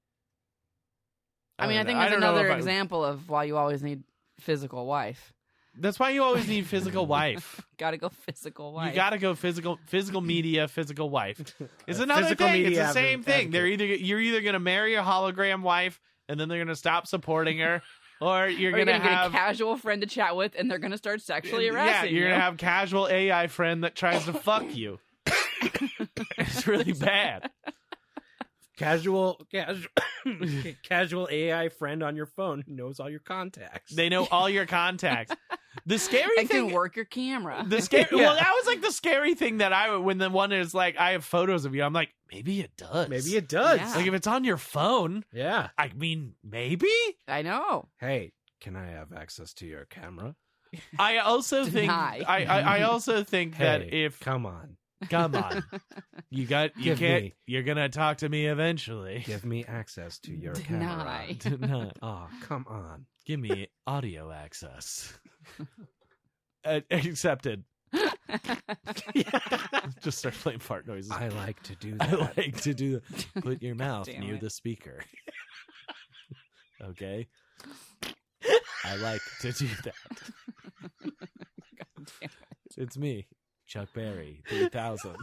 S2: I mean, I
S3: don't
S2: think
S3: know.
S2: that's
S3: don't know
S2: another
S3: if I-
S2: example of why you always need physical wife.
S3: that's why you always need physical wife
S2: Gotta go (laughs) physical wife.
S3: You gotta go physical, physical media, physical wife. It's
S1: Uh,
S3: another
S1: physical
S3: thing. It's
S1: media
S3: the same
S1: adv-
S3: thing. They're
S1: advocate.
S3: either you're either gonna marry a hologram wife, and then they're gonna stop supporting her, (laughs) or you're
S2: Or you're
S3: gonna,
S2: gonna,
S3: have
S2: get a casual friend to chat with, and they're gonna start sexually
S3: yeah,
S2: harassing
S3: you're
S2: you.
S3: gonna have casual AI friend that tries to fuck you. it's really bad.
S1: (gasps) Casual casual (coughs) casual AI friend on your phone who knows all your contacts.
S3: They know all your contacts. The scary
S2: and
S3: thing.
S2: can work your
S3: (laughs)
S2: camera.
S3: The scary.
S1: Yeah.
S3: Well, that was like the scary thing that I when the one is like, I have photos of you. I'm like, maybe it does.
S1: Maybe it does.
S2: Yeah.
S3: Like if it's on your phone,
S1: yeah.
S3: I mean, maybe.
S2: I know.
S1: Hey, can I have access to your camera?
S3: I also think
S2: Deny.
S3: I, (laughs) I, I also think that
S1: Hey,
S3: if
S1: come on,
S3: come on, you got you
S1: Give
S3: can't
S1: me-
S3: you're gonna talk to me eventually.
S1: give me access to your
S2: Deny.
S1: camera.
S3: (laughs) Not Uh,
S1: Oh, come on.
S3: give me audio
S1: (laughs)
S3: access. uh, accepted. Just start playing fart noises.
S1: I like to do
S3: (laughs) I
S1: that.
S3: like to do put
S1: (laughs)
S3: your mouth
S2: damn
S3: near
S2: it.
S3: the speaker. (laughs)
S1: (laughs)
S3: okay. I like to do that.
S2: damn
S3: It's me, Chuck Berry, 3000.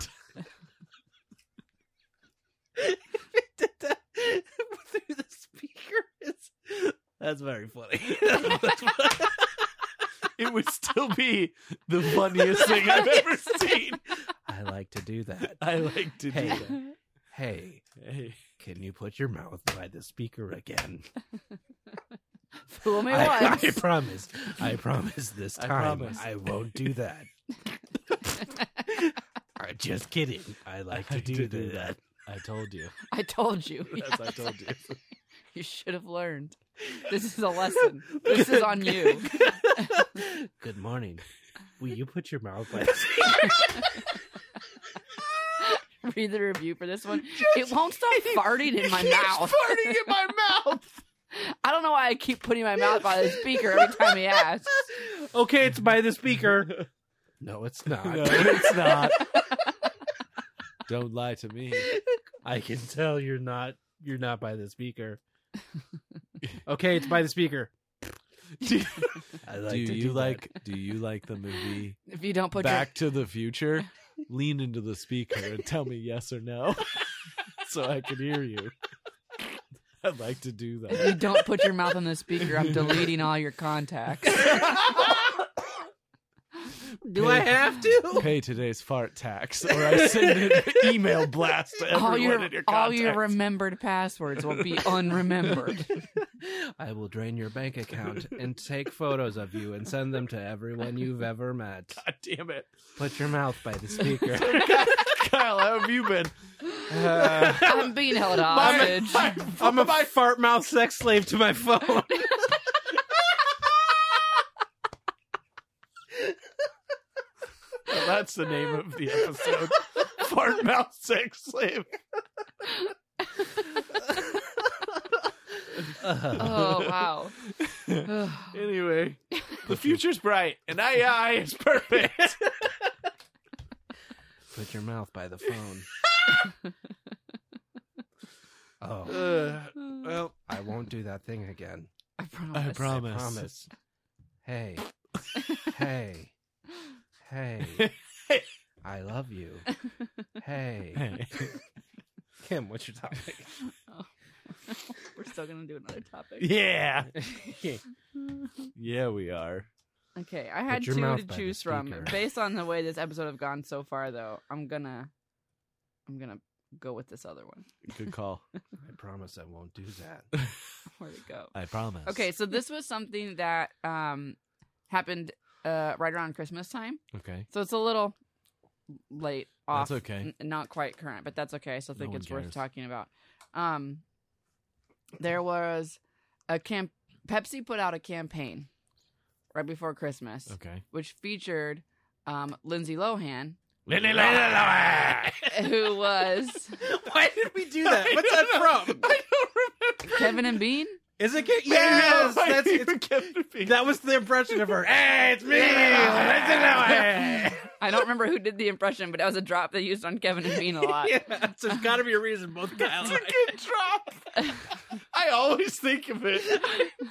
S1: (laughs) through the speaker. It's, that's very (laughs) funny. That's funny.
S3: it would still be the funniest thing
S1: (laughs)
S3: I've ever seen.
S1: I like to do that.
S3: (laughs) I like to
S1: Hey.
S3: do that.
S1: Hey,
S3: Hey.
S1: can you put your mouth by the speaker again?
S2: Fool me
S1: I,
S3: (laughs)
S2: once.
S1: I promise. I promise this
S3: I
S1: time I,
S3: promise.
S1: won't do that. I'm just kidding. I like to
S3: I
S1: do,
S3: do do
S1: that.
S3: I told you.
S2: I told you.
S3: (laughs) Yes, I told you.
S2: You should have learned. This is a lesson. This is on
S3: (laughs)
S2: you.
S1: Good morning. Will you put your mouth (laughs) by the speaker?
S2: Read the review for this one. it won't stop farting in my mouth.
S3: farting in
S2: (laughs)
S3: my mouth.
S2: I don't know why I keep putting my mouth by the speaker every time he asks.
S1: Okay, it's by the speaker. (laughs) No, it's not.
S3: (laughs) No, it's not. Don't lie to me.
S1: I can tell you're not you're not by the speaker. (laughs) okay, it's by the speaker.
S3: Do,
S1: (laughs) I like
S3: do
S1: to
S3: you
S1: do that.
S3: like do you like the movie
S2: If you don't put
S3: Back to the Future? Lean into the speaker and tell me yes or no (laughs) so I can hear you. I'd like to do
S2: your
S3: that.
S2: if you don't put your mouth on the speaker, I'm deleting all your contacts.
S1: Do I have to?
S3: Pay today's fart tax, or I send an email blast to everyone
S2: all your,
S3: in your
S2: all
S3: contacts.
S2: your remembered passwords will be unremembered.
S1: I will drain your bank account and take photos of you and send them to everyone you've ever met.
S3: God damn it,
S1: Put your mouth by the (laughs) speaker.
S3: Kyle! How have you been?
S1: Uh,
S2: I'm being held hostage.
S3: My-
S1: I'm a fart mouth sex slave to my
S3: (laughs)
S1: phone.
S3: Well, that's the name of the episode. Fart mouth sex slave.
S2: oh wow.
S1: (laughs)
S3: Anyway, the future's bright and I I
S1: (laughs)
S3: is perfect.
S1: Put your mouth by the
S3: (laughs)
S1: phone. oh,
S3: Uh, well,
S1: I won't do that thing again.
S2: (sighs) I promise.
S1: I promise. Hey, hey, hey.
S3: (laughs)
S1: I love you. Hey, Kim, what's your topic?
S2: We're still gonna do another topic.
S3: (laughs) yeah, yeah, we are.
S2: okay, I had
S1: your
S2: two
S1: mouth
S2: to
S1: by the
S2: choose from.
S1: speaker.
S2: Based on the way this episode have gone so far, though, I'm gonna, I'm gonna go with this other one.
S3: Good call.
S1: I promise I won't do that.
S2: Where to go?
S3: I promise.
S2: Okay, so this was something that um happened uh right around Christmas time.
S3: Okay.
S2: So it's a little late off.
S3: That's okay.
S2: N- not quite current, but that's okay. I still
S3: No
S2: think
S3: one
S2: it's worth
S3: cares.
S2: talking about. Um there was a camp Pepsi put out a campaign right before Christmas
S3: Okay.
S2: which featured um Lindsay Lohan
S3: Why
S2: who was
S3: did we do
S1: that? What's that from?
S3: (laughs) I don't remember.
S2: Kevin and Bean?
S1: Is it? Kim? Yes,
S3: I
S1: that's
S3: even
S1: it's,
S3: kept repeating.
S1: that was the impression
S3: (laughs)
S1: of her. Hey, it's me.
S3: Yeah.
S2: I don't remember who did the impression, but that was a drop they used on Kevin and Bean a lot.
S1: yeah, so there's got to be a reason both Kyle
S3: It's
S1: and
S3: a good drop. I always think of it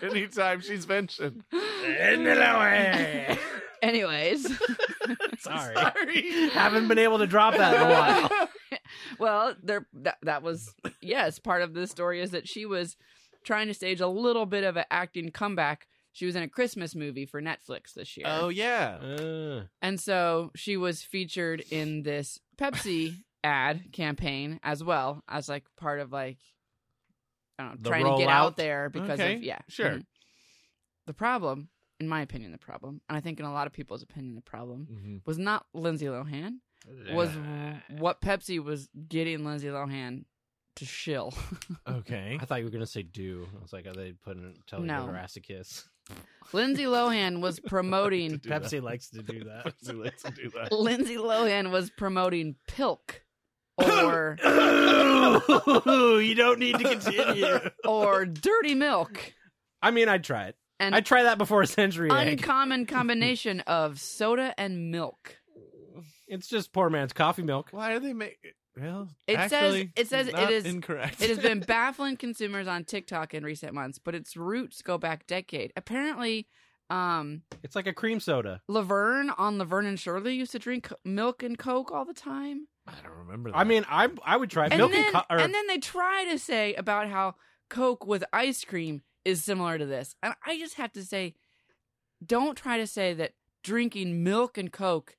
S3: anytime she's mentioned.
S1: I.
S2: Anyways,
S1: Sorry.
S3: Sorry.
S1: Haven't been able to drop that in a while.
S2: well, there that, that was yes, part of the story is that she was trying to stage a little bit of an acting comeback. She was in a Christmas movie for Netflix this year.
S3: Oh yeah.
S2: And so she was featured in this
S3: (laughs)
S2: Pepsi ad campaign as well as like part of like I don't know,
S3: The
S2: trying to get out
S3: rollout?
S2: there because
S3: Okay,
S2: of yeah.
S3: sure.
S2: mhm. The problem, in my opinion, the problem, and I think in a lot of people's opinion the
S3: Mm.
S2: problem,
S3: Mm-hmm.
S2: was not Lindsay Lohan, was what Pepsi was getting Lindsay Lohan to
S3: (laughs)
S2: shill.
S3: Okay.
S1: I thought you were gonna say do. I was like, are they putting telling
S2: No.
S1: her ass to kiss?
S2: Lindsay Lohan was
S3: (laughs)
S2: promoting (laughs)
S1: Pepsi likes to do that.
S3: Pepsi likes to do that.
S2: Lindsay Lohan was promoting
S3: (laughs)
S2: Pilk or
S1: Ooh, you don't need to continue.
S2: or Dirty Milk.
S1: I mean, I'd try it.
S2: An
S1: I'd try that before a century egg.
S2: uncommon combination of soda and milk.
S1: it's just poor man's coffee milk.
S3: (laughs) Why do they make it? Well,
S2: It says-
S3: actually,
S2: it says it
S3: not
S2: is-
S3: incorrect.
S2: It has been baffling consumers on TikTok in recent months, but its roots go back decade. Apparently, um,
S1: It's like a cream soda.
S2: Laverne on Laverne and Shirley used to drink milk and Coke all the time.
S3: I don't remember. That.
S1: I mean, I I would try
S2: And
S1: milk
S2: then,
S1: and, co- or
S2: and then they try to say about how Coke with ice cream is similar to this. And I just have to say, don't try to say that drinking milk and Coke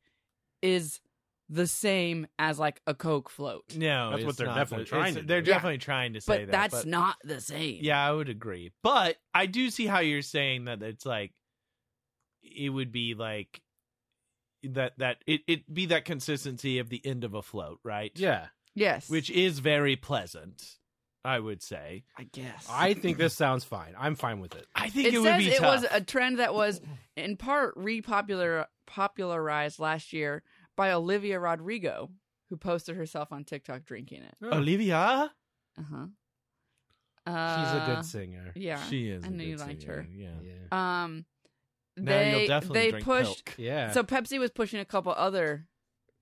S2: is the same as like a Coke float.
S3: no,
S1: That's what
S3: it's
S1: they're
S3: not.
S1: definitely
S3: It's-
S1: trying to
S3: They're
S1: do.
S2: Yeah.
S3: definitely trying to say
S2: But
S3: that.
S2: that's
S3: but-
S2: not the same.
S3: Yeah, I would agree. But I do see how you're saying that it's like it would be like that that it it be that consistency of the end of a float, right?
S1: yeah.
S2: Yes.
S3: Which is very pleasant, I would say.
S2: I guess.
S1: I think this sounds fine. I'm fine with it.
S3: I think
S2: it,
S3: it, would
S2: says
S3: be
S2: it
S3: tough.
S2: was a trend that was in part repopular popularized last year by Olivia Rodrigo, who posted herself on TikTok drinking it.
S3: Olivia.
S2: Uh-huh.
S1: She's a
S2: Uh
S1: good singer.
S2: Yeah.
S3: She is.
S2: I
S3: a
S2: knew you
S3: good
S2: liked
S3: singer,
S2: her.
S3: Yeah.
S1: Yeah.
S2: Um
S3: Now
S2: they
S3: you'll definitely
S2: they
S3: drink
S2: pushed
S3: Pilk.
S1: Yeah.
S2: so Pepsi was pushing a couple other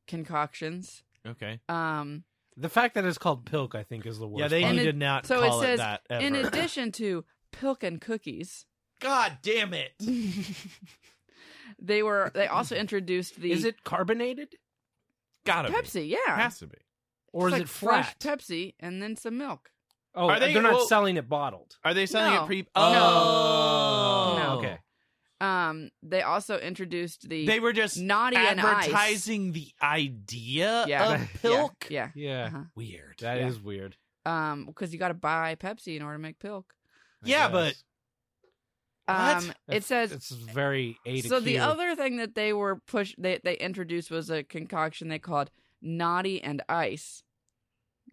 S2: concoctions.
S3: Okay.
S2: Um
S1: the fact that it's called Pilk, I think, is the worst.
S3: Yeah, they
S1: part.
S2: And
S3: need
S2: it-
S3: to not
S2: so it
S3: call
S2: says,
S3: that ever.
S2: in addition to Pilk and cookies,
S3: (laughs) God damn it!
S2: they were they also introduced the
S1: Is it carbonated
S3: Gotta be.
S2: Pepsi, yeah.
S3: Has to be.
S1: or
S2: It's
S1: is
S2: like
S1: it flat?
S2: fresh Pepsi and then some milk.
S1: oh,
S3: Are
S1: they,
S3: they-
S1: are not
S3: well-
S1: selling it bottled.
S3: Are they selling
S2: No.
S3: it pre?
S2: No.
S3: Oh,
S1: Okay.
S2: Um, Um, they also introduced the
S3: They were just
S2: naughty and ice.
S3: advertising the idea
S2: (laughs) Yeah.
S3: of
S1: Yeah.
S3: pilk.
S2: Yeah.
S1: Yeah,
S2: Uh-huh.
S3: Weird.
S1: that is
S2: Yeah.
S1: weird.
S2: Um, because you got to buy Pepsi in order to make Pilk.
S1: I
S3: Yeah,
S1: guess.
S3: but- What?
S2: Um, it
S1: That's-
S2: says
S1: it's very A to
S2: So the
S1: Q.
S2: other thing that they were push they they introduced was a concoction they called Naughty and Ice.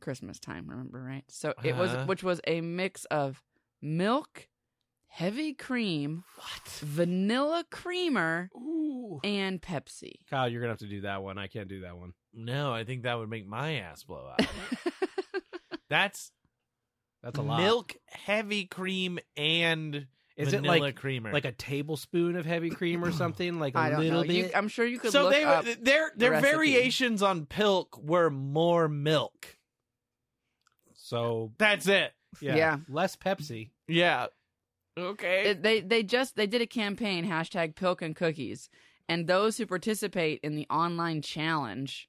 S2: Christmas time, remember, right? So it was
S3: Uh-huh.
S2: which was a mix of milk, heavy cream,
S3: What?
S2: vanilla creamer,
S3: Ooh.
S2: and Pepsi.
S1: Kyle, you're gonna have to do that one. I can't do that one.
S3: No, I think that would make my ass
S2: (laughs)
S3: blow out. That's
S1: That's a lot.
S3: milk, heavy cream, and
S1: Is
S3: vanilla
S1: it like
S3: creamer.
S1: like a tablespoon of heavy cream
S3: (clears throat)
S1: or
S2: (laughs)
S1: something? Like a
S2: I don't
S1: little
S2: know. You,
S1: bit.
S2: I'm sure you could
S3: so
S2: look
S3: they
S2: up.
S3: their
S2: the
S3: their
S2: recipe.
S3: variations on pilk were more milk.
S1: so
S3: That's it.
S1: yeah,
S2: Yeah.
S1: less Pepsi.
S3: Yeah. Okay.
S2: It- they they just they did a campaign hashtag Pilk and Cookies, and those who participate in the online challenge,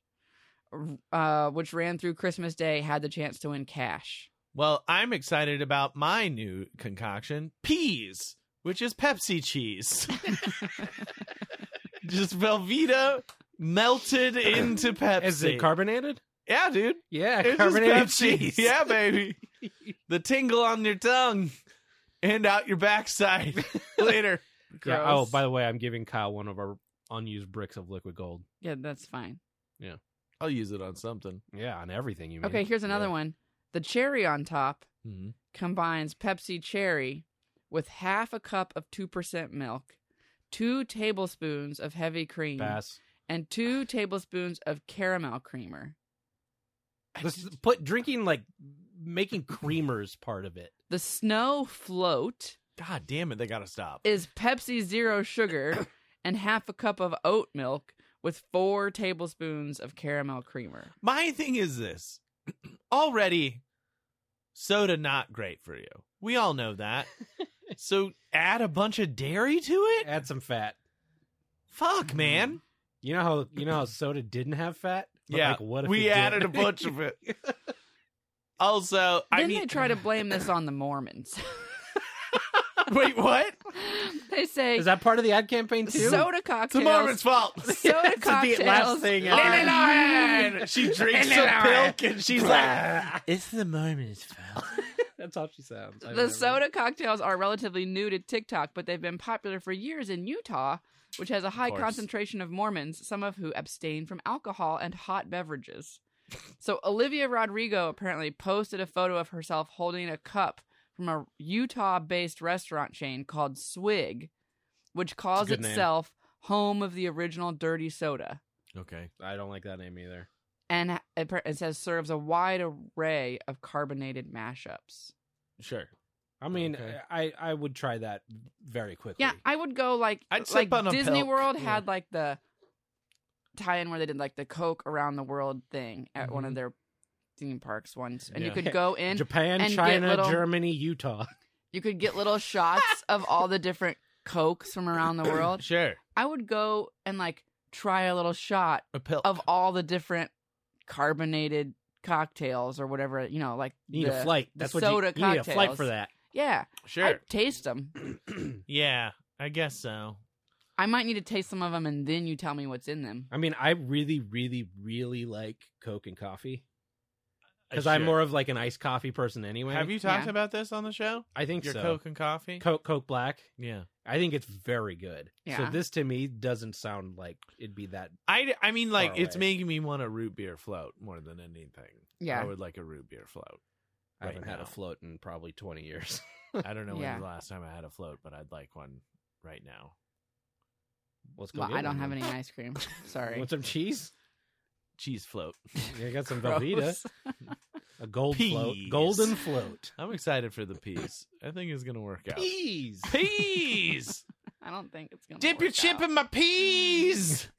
S2: uh, which ran through Christmas Day, had the chance to win cash.
S3: well, I'm excited about my new concoction, peas, which is Pepsi (laughs) cheese. Just Velveeta melted into Pepsi.
S1: Is it carbonated?
S3: yeah, dude.
S1: Yeah,
S3: It's just
S1: carbonated
S3: Pepsi.
S1: cheese.
S3: (laughs) Yeah, baby. the tingle on your tongue and out your backside (laughs) later.
S1: Yeah, Oh,
S2: Gross.
S1: by the way, I'm giving Kyle one of our unused bricks of liquid gold.
S2: yeah, that's fine.
S3: I'll use it on something.
S1: Yeah, on everything you mean.
S2: Okay, here's another one. The cherry on top
S3: Mm-hmm.
S2: combines Pepsi cherry with half a cup of two percent milk, two tablespoons of heavy cream,
S1: Pass.
S2: and two tablespoons of caramel creamer.
S1: This is- put drinking like making creamers part of it.
S2: The snow float.
S3: God damn it, they gotta stop.
S2: is Pepsi Zero
S3: (coughs)
S2: Sugar and half a cup of oat milk with four tablespoons of caramel creamer.
S3: My thing is this (clears throat) already, soda not great for you. We all know that. so add a bunch of dairy to it?
S1: Add some fat.
S3: Fuck, man.
S1: You know how you know how soda didn't have fat? But,
S3: Yeah,
S1: Like, what if
S3: we
S1: it did?
S3: added
S2: (laughs)
S3: a bunch of it. Also, I
S2: then
S3: need.
S2: they try to blame this on the
S3: (coughs)
S2: Mormons.
S3: (laughs) Wait, what?
S2: they say
S1: Is that part of the ad campaign too?
S2: soda
S3: It's the
S2: cocktails.
S3: Mormon's fault.
S2: (laughs)
S3: (laughs)
S2: Soda cocktails. (laughs)
S3: Illinois! She drinks a pilk and
S2: (laughs)
S3: she's like, "Ah."
S1: It's the Mormon's fault. That's how she sounds. I've
S2: The
S1: never-
S2: soda cocktails are relatively new to TikTok, but they've been popular for years in Utah, which has a high
S3: course.
S2: concentration of Mormons, some of who abstain from alcohol and hot beverages. so Olivia Rodrigo apparently posted a photo of herself holding a cup from a Utah-based restaurant chain called Swig, which calls
S1: good name.
S2: itself home of the original dirty soda.
S3: okay.
S1: I don't like that name either.
S2: And it it says serves a wide array of carbonated mashups.
S3: Sure.
S1: I mean,
S3: Okay.
S1: I I would try that very quickly.
S2: Yeah, I would go like
S3: I'd
S2: like
S3: sip on a
S2: Disney
S3: Pilk,
S2: World
S3: yeah.
S2: had like the tie-in where they did like the Coke around the world thing at one of their theme parks once, and you
S3: Mm-hmm. Yeah.
S2: could
S3: (laughs)
S2: go in,
S1: Japan,
S2: and get
S1: China,
S2: little-
S1: Germany, Utah. (laughs)
S2: you could get little shots of all the different Cokes from around the world.
S3: (coughs) Sure.
S2: I would go and like try a little shot
S3: A pilk.
S2: of all the different carbonated cocktails or whatever you know, like
S1: You need
S2: the-
S1: a flight.
S2: the
S1: That's what
S2: soda
S1: you, you need a flight
S2: cocktails.
S1: for that. (clears throat)
S2: Yeah,
S3: Sure.
S2: I taste them.
S3: yeah, I guess so.
S2: I might need to taste some of them, and then you tell me what's in them.
S1: I mean, I really, really, really like Coke and coffee because I'm
S3: Sure.
S1: more of like an iced coffee person anyway.
S3: Have you talked
S2: Yeah.
S3: about this on the show?
S1: I think
S3: Your
S1: so.
S3: Coke and coffee?
S1: Coke, Coke Black.
S3: yeah.
S1: I think it's very good.
S2: Yeah.
S1: So this to me doesn't sound like it'd be that.
S3: I, I mean, like,
S1: Far
S3: it's
S1: away.
S3: making me want a root beer float more than anything.
S2: Yeah.
S3: I would like a root beer
S2: (laughs)
S3: float.
S1: I
S3: Right
S1: haven't had
S3: now.
S1: a float in probably 20 years. (laughs)
S3: I don't know
S2: Yeah.
S3: when the last time I had a float, but I'd like one right now.
S1: Let's go.
S2: Well,
S1: get
S2: I don't
S1: one
S2: have
S1: then.
S2: any ice cream.
S3: (laughs)
S2: Sorry.
S1: Want some cheese?
S3: Cheese float.
S1: Yeah, I got
S2: (laughs)
S1: some
S2: Gross.
S1: Velveeta, a gold float,
S3: Peas.
S1: golden float.
S3: I'm excited for the peas. I think it's going to work out. (laughs)
S1: Peas.
S2: (laughs)
S3: Peas!
S2: I don't think it's gonna.
S3: Dip your
S2: work
S3: chip
S2: out.
S3: in my peas!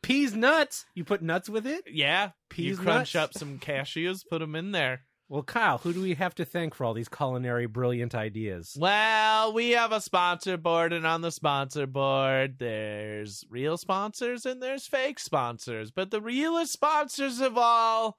S1: Peas nuts. You put nuts with it?
S3: Yeah.
S1: Peas
S3: you crunch
S1: nuts?
S3: up some cashews, put them in there.
S1: Well, Kyle, who do we have to thank for all these culinary brilliant ideas?
S3: Well, we have a sponsor board, and on the sponsor board, there's real sponsors and there's fake sponsors. But the realest sponsors of all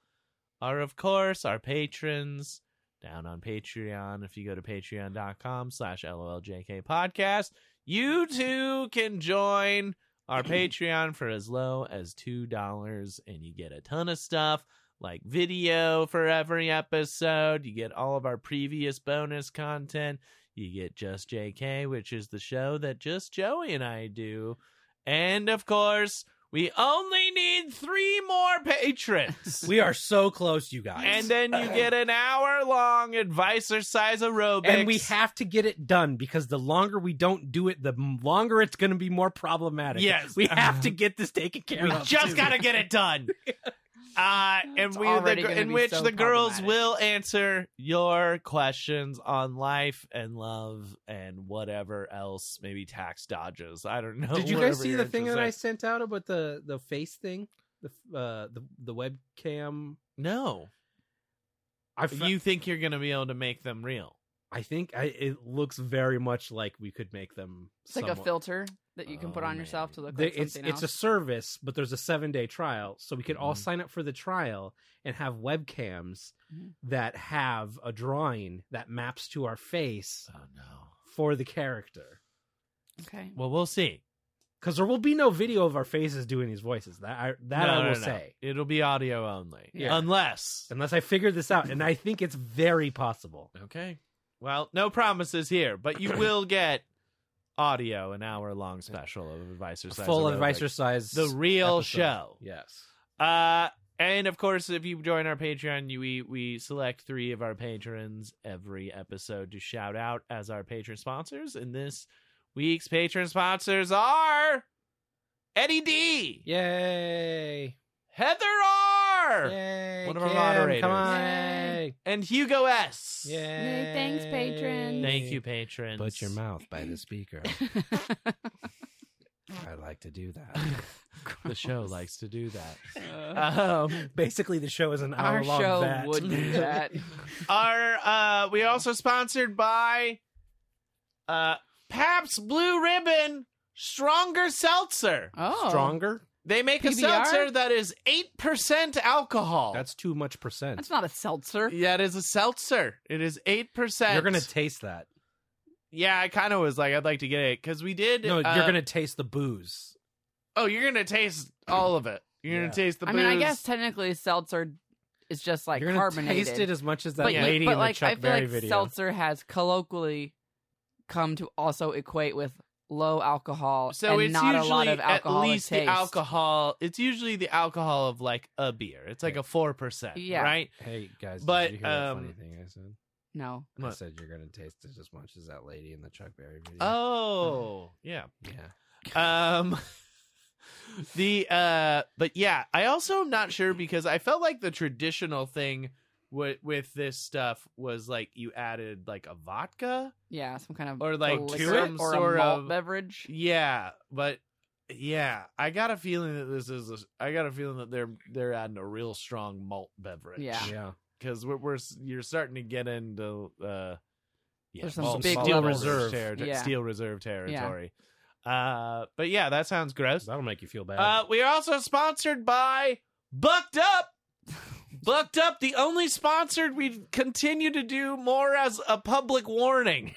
S3: are, of course, our patrons down on Patreon. If you go to patreon.com slash loljk podcast, You too can join our Patreon for as low as $2, and you get a ton of stuff like video for every episode. You get all of our previous bonus content. You get Just JK, which is the show that just Joey and I do. And of course, we only need three more patrons.
S1: (laughs) We are so close, you guys.
S3: and then
S1: (laughs)
S3: you get an hour long advisor size aerobics.
S1: and we have to get it done because the longer we don't do it, the m- longer it's going to be more problematic.
S3: Yes.
S1: we
S3: (laughs)
S1: have to get this taken care
S3: we
S1: of.
S3: (laughs) just
S1: got
S3: gotta get
S1: (laughs)
S3: it done. Uh, and
S2: It's
S3: we the,
S2: already
S3: gr-
S2: gonna
S3: in
S2: be
S3: which
S2: so
S3: the girls
S2: problematic.
S3: will answer your questions on life and love and whatever else, maybe tax dodges. I don't know.
S1: Did you
S3: whatever
S1: guys see
S3: you're
S1: the thing that
S3: interested
S1: I
S3: in.
S1: sent out about the the face thing, the f- uh, the the webcam?
S3: No,
S1: I fe-
S3: you think you're gonna be able to make them real?
S1: I think I, it looks very much like we could make them.
S2: It's like a
S1: somewhat-
S2: filter that you can put
S3: Oh,
S2: on yourself
S3: man.
S2: to look
S1: They-
S2: like
S1: it's
S2: something
S1: it's a
S2: else.
S1: service, but there's a seven day trial, so we could all
S3: Mhm.
S1: sign up for the trial and have webcams
S2: Mhm.
S1: that have a drawing that maps to our face
S3: Oh no.
S1: for the character.
S2: okay.
S3: Well, we'll see.
S1: Because there will be no video of our faces doing these voices. That I, that
S3: No,
S1: I
S3: no,
S1: will
S3: no.
S1: say,
S3: it'll be audio only,
S1: Yeah.
S3: unless
S1: unless I figure this out, and I think it's very possible.
S3: Okay. Well, no promises here,
S1: (clears throat)
S3: but you will get audio an hour long special of Advisor
S1: A
S3: Size
S1: full
S3: Aerobic,
S1: advisor size,
S3: the real
S1: episode.
S3: show.
S1: Yes.
S3: Uh and of course, if you join our Patreon, you, we we select three of our patrons every episode to shout out as our patron sponsors. And this week's patron sponsors are Eddie D,
S1: Yay!
S3: Heather R,
S1: Yay!
S3: One of our
S1: Kim,
S3: moderators.
S1: Come on!
S2: Yay.
S3: and Hugo S.
S1: Yay!
S4: thanks, patrons.
S3: Thank you, patrons.
S1: Put your mouth by the speaker.
S2: (laughs)
S1: I like to do that.
S3: the show likes to do that.
S2: Uh,
S3: Um,
S1: Basically, the show is an hour
S2: our
S1: long.
S2: show
S1: that.
S2: would
S1: (laughs)
S2: do that.
S3: our uh, we also sponsored by uh, Pabst Blue Ribbon Stronger Seltzer.
S2: Oh,
S1: Stronger?
S3: They make a
S2: PBR?
S3: seltzer that is eight percent alcohol.
S1: That's too much percent.
S2: Oh. That's not a seltzer.
S3: yeah, it is a seltzer. It is eight percent.
S1: You're gonna taste that.
S3: yeah, I kind of was like, I'd like to get it because we did.
S1: No,
S3: uh,
S1: you're gonna taste the booze.
S3: Oh, you're gonna taste all of it. You're
S1: Yeah.
S3: gonna taste the.
S2: I mean, I
S3: booze.
S2: guess technically seltzer is just like
S1: you're gonna
S2: carbonated.
S1: taste it as much as that
S2: but you-
S1: lady
S2: but
S1: in
S2: like,
S1: the Chuck
S2: I feel
S1: Berry
S2: like
S1: video.
S2: seltzer has colloquially come to also equate with low alcohol
S3: So
S2: and
S3: it's
S2: not a
S3: usually
S2: lot of
S3: at
S2: alcoholic
S3: least
S2: taste.
S3: the alcohol. It's usually the alcohol of like a beer. It's like a four percent.
S2: Yeah.
S3: Right.
S1: Hey guys, did
S3: But,
S1: you hear that
S3: um,
S1: funny thing I said?
S2: No,
S1: I
S3: What?
S1: said you're gonna taste it as much as that lady in the Chuck Berry video.
S3: Oh, yeah.
S1: yeah.
S3: Um (laughs) the uh but yeah, I also am not sure because I felt like the traditional thing with with this stuff was like you added like a vodka
S2: yeah, some kind of
S3: or like
S1: to
S2: liquor
S3: some
S2: or
S3: sort
S2: a malt
S3: of
S2: beverage.
S3: Yeah, but yeah, I got a feeling that this is a, I got a feeling that they're they're adding a real strong malt beverage.
S2: Yeah.
S1: Yeah.
S3: because we're, we're s- you're starting to get into uh, yeah,
S2: There's some
S3: well,
S1: big
S3: steel
S1: levels.
S3: reserve territory,
S2: Yeah.
S3: steel reserve territory. Uh, but yeah, that sounds gross.
S1: That'll make you feel bad.
S3: Uh, we are also sponsored by
S2: (laughs)
S3: Bucked Up. Bucked Up, the only sponsored we continue to do more as a
S2: (laughs)
S3: public warning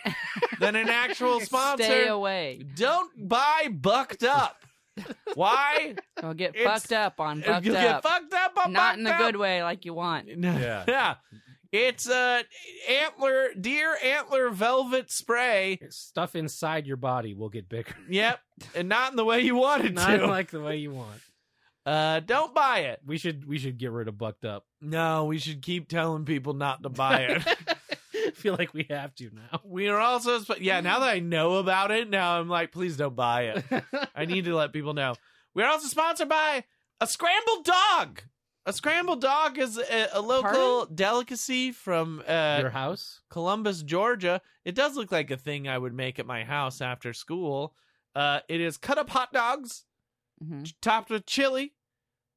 S3: than an actual sponsor.
S2: Stay away.
S3: Don't buy Bucked Up.
S2: (laughs)
S3: Why?
S2: You'll get
S3: It's-
S2: fucked up on fucked
S3: You'll
S2: up.
S3: get fucked up on
S2: Not
S3: Bucked
S2: in a
S3: Up.
S2: good way, like you want.
S3: No.
S1: Yeah.
S3: (laughs) yeah. It's a antler deer antler velvet spray.
S1: Stuff inside your body will
S2: (laughs)
S1: get bigger.
S3: Yep, and not in the way you want
S1: (laughs)
S3: it
S1: Not
S3: to.
S1: like the way you want.
S3: uh, don't buy it.
S1: We should we should get rid of
S2: (laughs)
S1: bucked up.
S3: No, we should keep telling people not to buy it.
S1: (laughs) feel like we have to now.
S3: we are also, sp- yeah. Now that I know about it, now I'm like, please don't buy it.
S2: Uh,
S3: I need to let people know. We're also sponsored by a scrambled dog. A scrambled dog is a, a local delicacy from uh,
S1: Your house?
S3: Columbus, Georgia. It does look like a thing I would make at my house after school. Uh, it is cut up hot dogs,
S2: Mhm.
S3: ch- topped with chili,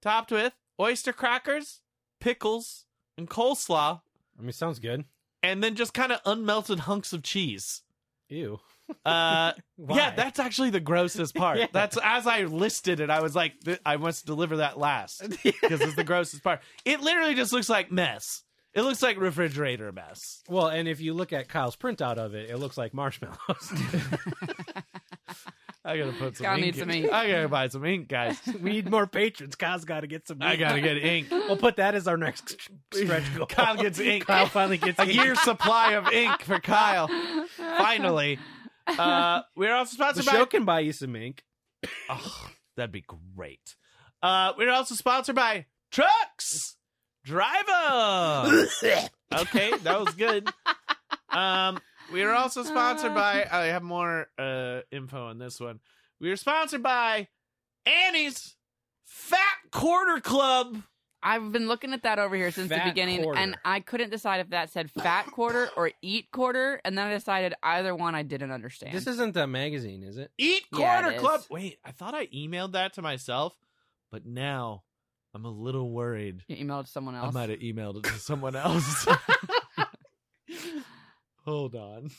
S3: topped with oyster crackers, pickles, and coleslaw,
S1: I mean, sounds good.
S3: and then just kind of unmelted hunks of cheese.
S1: Ew.
S3: Uh,
S1: Why?
S3: yeah, that's actually the grossest
S1: (laughs)
S3: part.
S1: Yeah.
S3: That's as I listed it, I was like, th- I must deliver
S1: (laughs)
S3: that last because it's the grossest part. It literally just looks like mess. It looks like refrigerator mess.
S1: (laughs) Well, and if you look at Kyle's printout of it, it looks like marshmallows.
S3: I gotta put some
S2: Kyle
S3: ink.
S2: needs some
S3: in-
S2: ink.
S3: I gotta buy some ink, guys.
S1: (laughs) We need more patrons. Kyle's got to get some.
S3: I gotta get ink.
S1: (laughs) We'll put that as our (laughs) next stretch goal.
S3: Kyle gets ink.
S1: Kyle finally gets
S3: A
S1: ink.
S3: year's supply of ink for Kyle. Mm-hmm.
S2: (laughs)
S3: Finally. Uh, we're also
S1: The
S3: sponsored by
S1: show can buy you some ink.
S3: Oh, that'd be great. Uh, we're also sponsored by Trucks Driver. okay, that was
S2: (laughs)
S3: good. Um, we are also
S2: Uh.
S3: sponsored by. I have more uh, info on this one. We are sponsored by Annie's Fat Quarter Club.
S2: I've been looking at that over here since
S1: Fat
S2: the beginning,
S1: quarter.
S2: and I couldn't decide if that said fat quarter or eat quarter, and then I decided either one I didn't understand.
S1: This isn't that magazine, is it?
S3: Eat
S2: Yeah, it
S3: Quarter
S2: is.
S3: Club. Wait, I thought I emailed that to myself, but now I'm a little worried.
S2: you emailed someone
S3: I
S2: else.
S3: might have emailed it
S2: (laughs)
S3: to someone else. Hold on.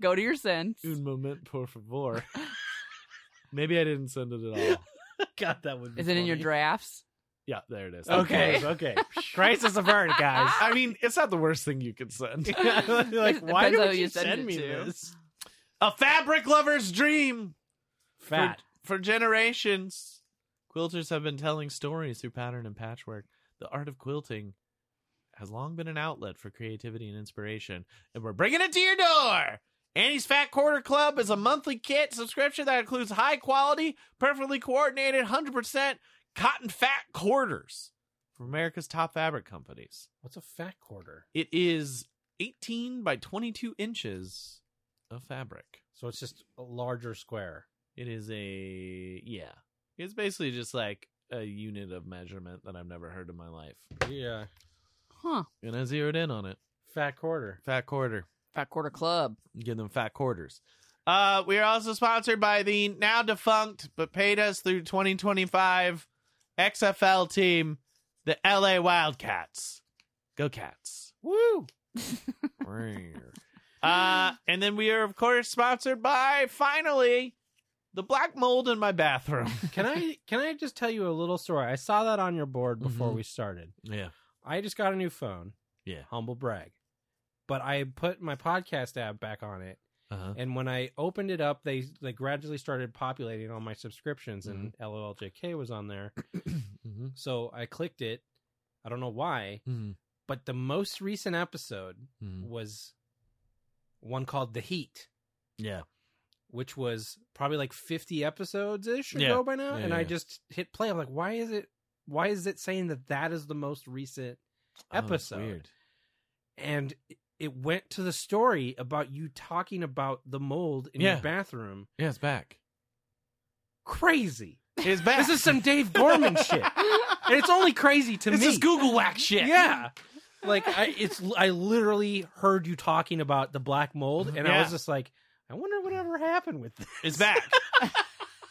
S2: Go to your sins.
S3: Un moment,
S2: (laughs)
S3: por favor. Maybe I didn't send it at all.
S1: (laughs) God, that would. Be
S2: Is it in your
S1: funny.
S2: drafts?
S3: Yeah, there it is.
S1: Okay, (laughs) okay. Crisis averted, guys.
S3: I mean, it's not the worst thing you
S2: (laughs)
S3: could send. (laughs)
S1: like,
S2: It
S1: why
S2: depends on
S1: did
S2: who
S1: you
S2: you send
S1: send
S2: it
S1: me
S2: to.
S1: this?
S3: A fabric lover's dream. For-
S1: Fat.
S3: For, generations, quilters have been telling stories through pattern and patchwork. The art of quilting has long been an outlet for creativity and inspiration, and we're bringing it to your door. Annie's Fat Quarter Club is a monthly kit subscription that includes high quality, perfectly coordinated, 100% cotton fat quarters from America's top fabric companies.
S1: What's a fat quarter?
S3: It is 18 by 22 inches of fabric.
S1: So it's just a larger square.
S3: It is a yeah. It's basically just like a unit of measurement that I've never heard in my life.
S1: Yeah,
S2: Huh.
S3: And I zeroed in on it.
S1: fat quarter.
S3: Fat quarter.
S2: Fat quarter club.
S3: Give them fat quarters. Uh, we are also sponsored by the now defunct but paid us through 2025 XFL team, the LA Wildcats. Go Cats.
S1: Woo!
S3: (laughs) uh, and then we are, of course, sponsored by finally the black mold in
S1: (laughs)
S3: my bathroom.
S1: Can I can I just tell you a little story? I saw that on your board before
S3: Mhm.
S1: we started.
S3: Yeah.
S1: I just got a new phone.
S3: Yeah.
S1: Humble brag. But I put my podcast app back on it,
S3: Uh-huh.
S1: and when I opened it up, they they gradually started populating all my subscriptions, and LOLJK was on there.
S3: mm-hmm.
S1: So I clicked it. I don't know why,
S3: Mm-hmm. Oh,
S1: but the most recent episode
S3: Mm.
S1: was one called The Heat.
S3: Yeah.
S1: which was probably like 50 episodes ish
S3: Yeah.
S1: ago by now.
S3: Yeah,
S1: and
S3: yeah,
S1: I
S3: yeah.
S1: just hit play. I'm like, why is it? Why is it saying that that is the most recent? Episode. And it- it went to the story about you talking about the mold in
S3: Yeah.
S1: your bathroom.
S3: Yeah, it's back. (laughs)
S1: Crazy.
S3: It's back.
S1: This is some Dave Gorman shit.
S2: (laughs)
S1: And it's only crazy to
S3: This
S1: me.
S3: is Google whack shit.
S1: Yeah. Like I, it's I literally heard you talking about the black mold, and I
S3: Yeah.
S1: was just like, I wonder whatever happened with this.
S3: It's back.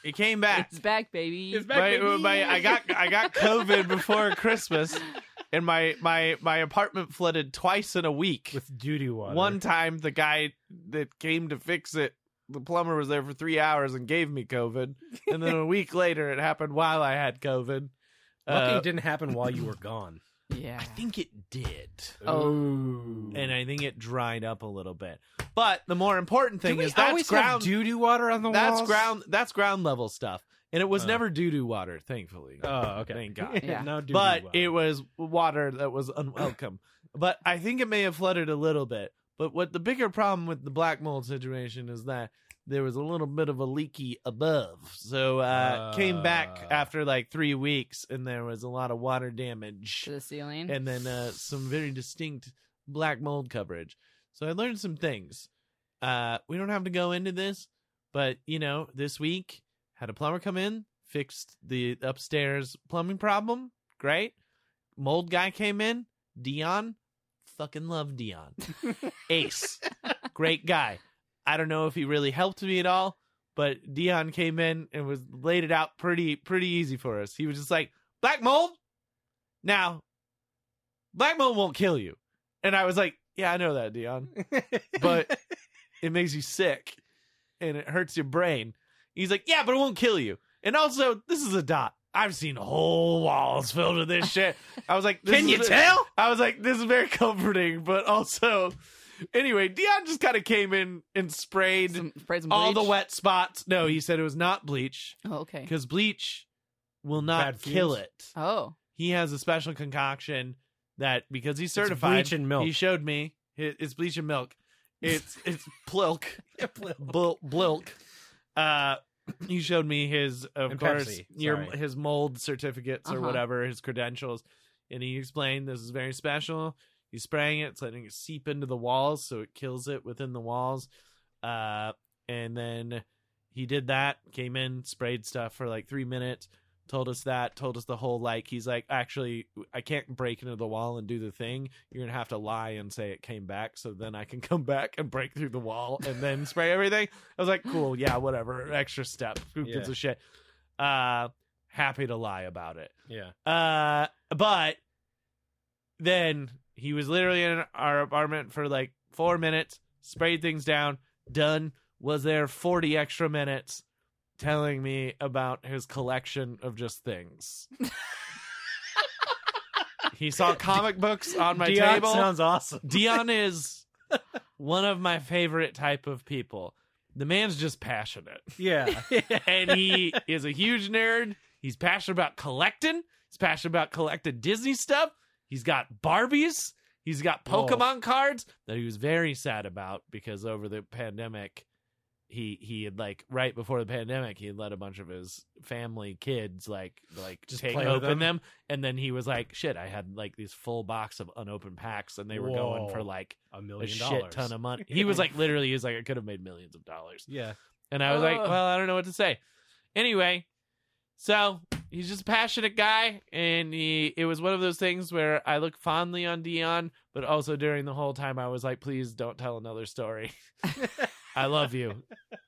S3: it came back.
S2: It's back, baby.
S1: It's back.
S3: My,
S1: baby.
S3: my, I got I got COVID before Christmas, and my my my apartment flooded twice in a week.
S1: with duty water.
S3: One time, the guy that came to fix it, the plumber was there for three hours and gave me COVID. And then a week later, it happened while I had COVID.
S1: Lucky
S3: Uh,
S1: it didn't happen while you were
S3: (laughs)
S1: gone.
S2: Yeah.
S3: I think it did.
S2: Oh.
S3: And I think it dried up a little bit. But the more important thing
S1: Do we
S3: is that's
S1: always have
S3: ground
S1: doo doo water on the
S3: that's
S1: walls?
S3: ground that's ground level stuff. And it was
S1: Oh.
S3: never doo doo water, thankfully.
S1: (laughs) Oh, okay. (laughs)
S3: Thank God.
S2: Yeah.
S1: no doo-doo
S3: but
S1: water.
S3: it was water that was
S1: (coughs)
S3: unwelcome. but I think it may have flooded a little bit. But what the bigger problem with the black mold situation is that there was a little bit of a leaky above. So uh, came back
S1: Ah.
S3: after like three weeks, and there was a lot of water
S2: To
S3: damage,
S2: the ceiling.
S3: and then uh, some very distinct black mold coverage. So I learned some things. Uh, we don't have to go into this, but you know, this week had a plumber come in, fixed the upstairs plumbing problem. Great. Mold guy came in. Dion, fucking love Dion. Ace, great guy. I don't know if he really helped me at all, but Dion came in and was laid it out pretty pretty easy for us. He was just like black mold. Now, black mold won't kill you, and I was like, yeah, I know
S1: (laughs)
S3: that, Dion but it makes you sick and it hurts your brain. He's like, yeah, but it won't kill you. And also, this is a dot. I've seen whole walls filled with this shit. I was like, this
S1: Can
S3: is
S1: you
S3: ve-
S1: tell?
S3: (laughs) I was like, this is very comforting, but also Anyway, Dion just kind of came in and sprayed
S2: Some, sprayed some
S3: all the
S2: bleach?
S3: wet spots. No, he said it was not bleach
S2: Oh, okay.
S3: because bleach will
S1: Bad
S3: not
S1: fumes.
S3: kill it.
S2: Oh,
S3: He has a special concoction that because he's
S1: It's
S3: certified,
S1: bleach and milk. (laughs)
S3: he showed me. It- It's bleach and milk. It's it's (laughs) plilk, Bl- blilk. Uh, (clears throat) he showed me his of
S1: And
S3: course
S1: Pepsi,
S3: your
S1: sorry.
S3: his mold certificates or
S2: Uh-huh.
S3: whatever his credentials, and he explained this is very special. He's spraying it, it's letting it seep into the walls, so it kills it within the walls. Uh, and then he did that, came in, sprayed stuff for like three minutes, told us that, told us the whole like he's like, actually, I can't break into the wall and do the thing. You're gonna have to lie and say it came back, so then I can (laughs) come back and break through the wall and then spray everything. I was like, cool, yeah, whatever, extra step. Who gives
S1: Yeah.
S3: a shit? Uh, happy to lie about it.
S1: Yeah.
S3: Uh, but then he was literally in our apartment for like four minutes, sprayed things down, done, was there 40 extra minutes telling me about his collection of
S1: (laughs)
S3: just things. he saw comic books on my
S1: Dion
S3: table.
S1: sounds
S3: (laughs)
S1: awesome.
S3: Dion is one of my favorite type of people. The man's just passionate
S1: (laughs) Yeah.
S3: and he (laughs) is a huge nerd. He's passionate about collecting. He's passionate about collecting Disney stuff. He's got Barbies. He's got
S1: Whoa.
S3: Pokemon cards that he was very sad about because over the pandemic, he he had like right before the pandemic, he had let a bunch of his family kids like like
S1: Just
S3: take
S1: play with
S3: open
S1: them?
S3: them. and then he was like, "Shit, I had like these full box of unopened packs, and they were going
S1: Whoa.
S3: for like
S1: A
S3: a
S1: million
S3: shit
S1: dollars.
S3: ton of
S1: (laughs)
S3: money." He was like, literally, he was like, "I could have made millions of dollars."
S1: Yeah. (laughs)
S3: And I was like,
S2: Ugh.
S3: well, I don't know what to say. Anyway, so he's just a passionate guy. And he, it was one of those things where I look fondly on Dion, but also during the whole time, I was like, please don't tell another story. (laughs) I love you.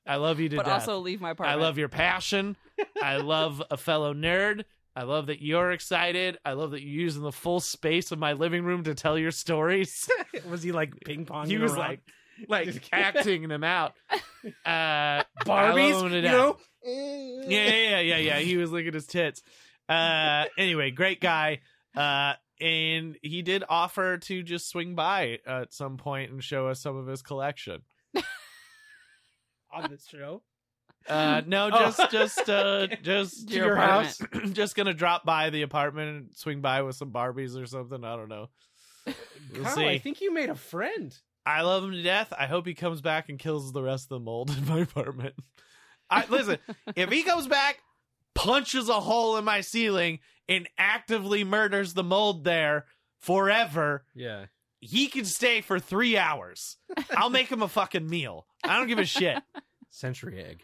S3: I love you to
S2: but
S3: death.
S2: also leave my
S3: I
S2: apartment.
S3: love your passion. I love a fellow nerd. I love that you're excited. I love that you're using the full space of my living room to tell your stories
S1: Was he like ping pong?
S3: he was like
S1: (laughs)
S3: like acting them out uh I
S1: Barbies,
S3: love him to
S1: you
S3: death.
S1: know?
S3: yeah yeah yeah yeah yeah he was looking at his tits uh anyway great guy uh and he did offer to just swing by at some point and show us some of his collection
S1: (laughs) on this show.
S3: uh no
S1: (laughs) Oh.
S3: just
S1: (laughs)
S3: just uh just
S1: To your house?
S3: (laughs) just gonna drop by the apartment and swing by with some barbies or something i don't know we'll
S1: Kyle,
S3: see
S1: I think you made a friend.
S3: I love him to death. I hope he comes back and kills the rest of the mold (laughs) in my apartment. I listen, if he comes back, punches a hole in my ceiling and actively murders the mold there forever,
S1: Yeah.
S3: he can stay for 3 hours. I'll make him a fucking meal. I don't give a shit.
S1: Century egg.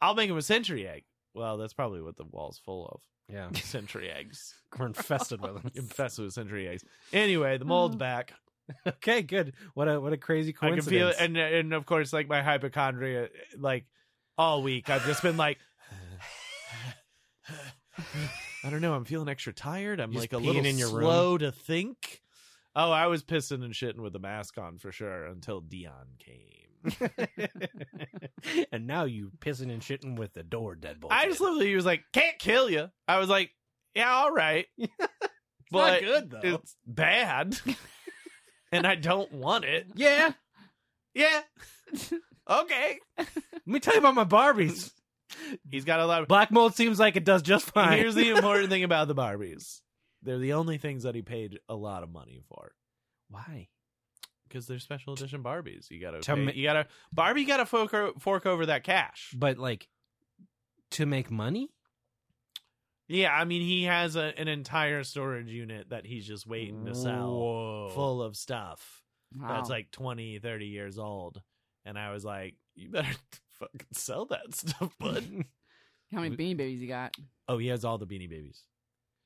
S3: I'll make him a century egg. Well, that's probably what the wall's full
S1: Yeah.
S3: of. Century eggs.
S1: (laughs) We're infested with them.
S3: Infested with century eggs. Anyway, the mold's
S2: Oh.
S3: back.
S1: Okay, good. What a what a crazy
S3: I can
S1: coincidence.
S3: feel it, and and of course, like my hypochondria, like all week, I've just been like, I don't know, I'm feeling extra tired. I'm
S1: You're
S3: like a
S1: just
S3: little
S1: peeing in your room?
S3: slow to think. Oh, I was pissing and shitting with the mask on for sure until Dion
S1: (laughs)
S3: came.
S1: and now you pissing and shitting with the door deadbolt.
S3: I just love that he was like, "Can't kill you." I was like, "Yeah, all right."
S1: (laughs) it's not good though.
S3: It's
S1: (laughs)
S3: bad, and I don't want it.
S1: yeah.
S3: Yeah. (laughs) Okay.
S1: Let me tell you about my Barbies.
S3: He's got a lot of
S1: Black mold seems like it does just fine.
S3: Here's the
S1: (laughs)
S3: important thing about the Barbies. They're the only things that he paid a lot of money for
S1: (laughs) why.
S3: because they're special edition Barbies. You gotta,
S1: To
S3: pay-
S1: ma-
S3: you gotta, Barbie gotta fork, o- fork over that cash.
S1: But like to make money?
S3: Yeah, I mean, he has a, an entire storage unit that he's just waiting to sell,
S1: Whoa.
S3: full of stuff
S2: Wow.
S3: that's like 20, 30 years old. And I was like, you better (laughs) fucking sell that (laughs) stuff, bud.
S2: how many beanie babies you got?
S3: oh, he has all the Beanie Babies.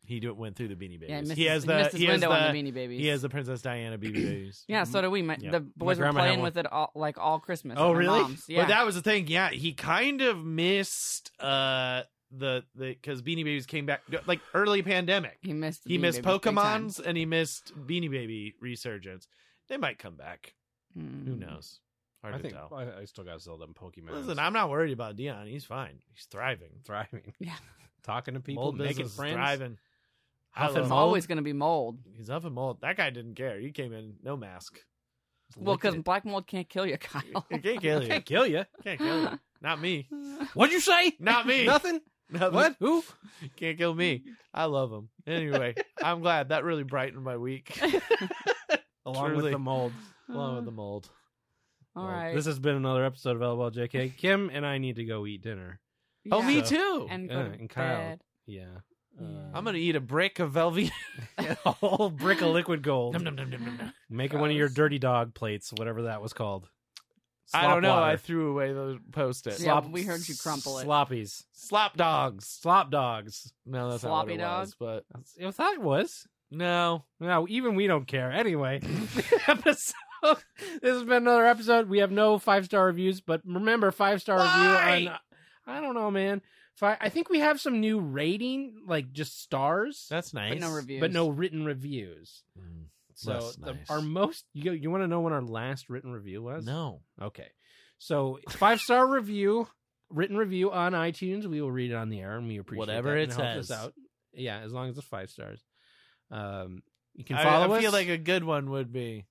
S3: He do, went through the Beanie Babies.
S2: Yeah, I missed
S3: he
S2: his-
S3: has
S2: I
S3: the
S2: missed his
S3: he has
S2: window
S3: the,
S2: on the beanie babies.
S3: he has the Princess Diana Beanie Babies.
S2: yeah, so do we. My,
S3: Yeah.
S2: The boys were
S1: grandma had
S2: playing
S1: one.
S2: with it all like all Christmas.
S1: Oh,
S2: at my
S1: really?
S2: mom's. Yeah.
S3: But that was the thing. Yeah, he kind of missed uh the the because Beanie Babies came back like early pandemic.
S2: he missed. the
S3: He
S2: Beanie
S3: missed
S2: Babies big time.
S3: Pokemon's and he missed Beanie Baby resurgence. They might come back.
S2: Mm.
S3: Who knows? Hard
S1: I
S3: to
S1: think
S3: tell.
S1: I, I still got to sell them Pokemon.
S3: Listen, I'm not worried about Dion. He's fine. He's thriving.
S1: thriving.
S2: Yeah.
S1: (laughs) Talking to people,
S3: Mold
S1: making
S3: business is
S1: friends.
S3: Thriving. I
S1: Huffing
S3: love-
S2: It's
S1: mold.
S2: always going to be mold.
S3: He's up and mold. That guy didn't care. He came in no mask.
S2: Well,
S1: Lick
S2: because
S1: it.
S2: black mold can't kill you, Kyle.
S3: It
S2: (laughs)
S3: can't kill you.
S1: Can't kill (laughs) you.
S3: Can't kill you. Not me.
S1: What'd you say?
S3: Not me.
S1: Nothing.
S3: (laughs) Nothing.
S1: What? Who?
S3: (laughs) Can't kill me. I love them. Anyway, I'm glad that really brightened my week.
S1: Along with
S3: Truly.
S1: the (sighs) mold.
S3: Along with the mold.
S2: All
S1: Well,
S2: right.
S1: This has been another episode of LLJK. Kim and I need to go eat dinner.
S3: Oh, me
S2: Yeah.
S1: So-
S3: too.
S2: And, go
S1: Yeah,
S2: to
S1: and Kyle.
S2: bed.
S1: Yeah. Uh,
S2: Yeah.
S3: I'm gonna eat a brick of Velveeta. (laughs)
S1: a whole brick of liquid gold.
S3: Nom, nom, nom, nom, nom, nom.
S1: Make it one of your
S2: Gross.
S1: dirty dog plates, whatever that was called.
S3: I don't know.
S1: Slop
S3: I
S1: water.
S3: threw away those post-its.
S2: Yeah. we heard you crumple it.
S1: Sloppies.
S3: Slop dogs.
S1: Slop dogs.
S3: No, that's
S2: Sloppy
S3: not what it
S2: dog?
S3: was, but
S1: I thought it was.
S3: no.
S1: No, even we don't care.
S3: (laughs)
S1: Anyway, (laughs) episode. This has been another episode. We have no five star reviews, but remember five star review on.
S3: Why?
S1: I don't know, man. Fi I think we have some new rating, like just stars,
S3: That's nice.
S2: But no reviews.
S1: but no written reviews.
S3: Mm,
S1: So
S3: That's
S1: the,
S3: nice.
S1: our most you you want to know when our last written review was?
S3: no.
S1: Okay. So five
S3: (laughs)
S1: star review, written review on iTunes. We will read it on the air, and we appreciate
S3: Whatever
S1: that
S3: it
S1: and helps us
S3: says.
S1: out. Yeah, as long as it's five stars. Um, you can
S3: I,
S1: follow
S3: I
S1: us. (laughs)
S3: feel like a good one would be.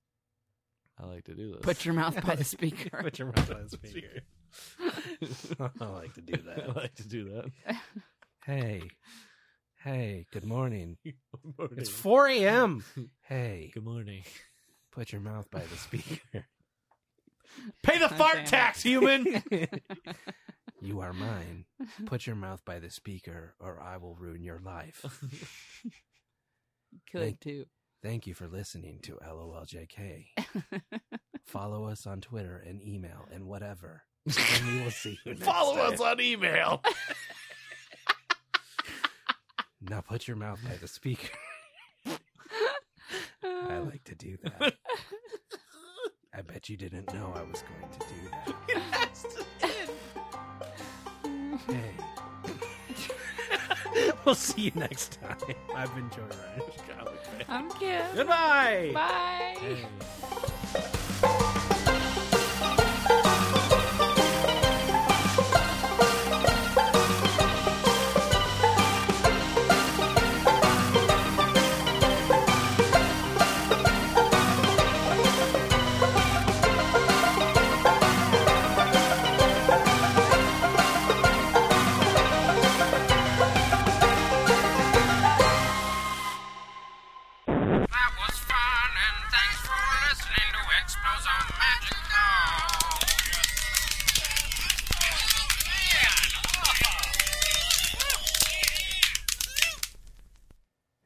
S3: I like to do this.
S2: Put your mouth by the speaker.
S1: Put your mouth on the (laughs) speaker. I (laughs) like to do
S3: (laughs) I like to do that.
S1: Hey, hey, good morning.
S3: Good morning.
S1: It's 4 a.m.
S3: (laughs)
S1: Hey,
S3: Good morning.
S1: put your mouth by the speaker.
S3: Pay
S2: God
S3: the
S2: damn
S3: fart
S2: it.
S3: tax, (laughs) human.
S1: You are mine.
S3: (laughs)
S1: Put your mouth by the speaker, or I will ruin your
S3: (laughs)
S1: life.
S2: Could too.
S1: Thank you for listening to
S3: (laughs)
S1: LOLJK. Follow us on Twitter and email and
S3: (laughs)
S1: whatever. And we will see you next
S3: Follow
S1: time.
S3: us on (laughs) email.
S1: Now put your mouth by the speaker.
S3: (laughs)
S1: I like to do that. I bet you didn't know I was going to do
S3: It has to end.
S1: that. Hey.
S3: (laughs)
S1: we'll see you next time. I've been Joy Ryan.
S3: God, okay.
S2: I'm Kim.
S1: Goodbye.
S2: Bye.
S1: Hey.
S4: That was fun, and thanks for listening to Explosion Magic Now.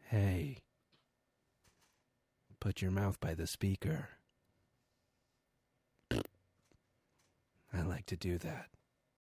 S1: Hey. Put your mouth by the speaker. I like to do that.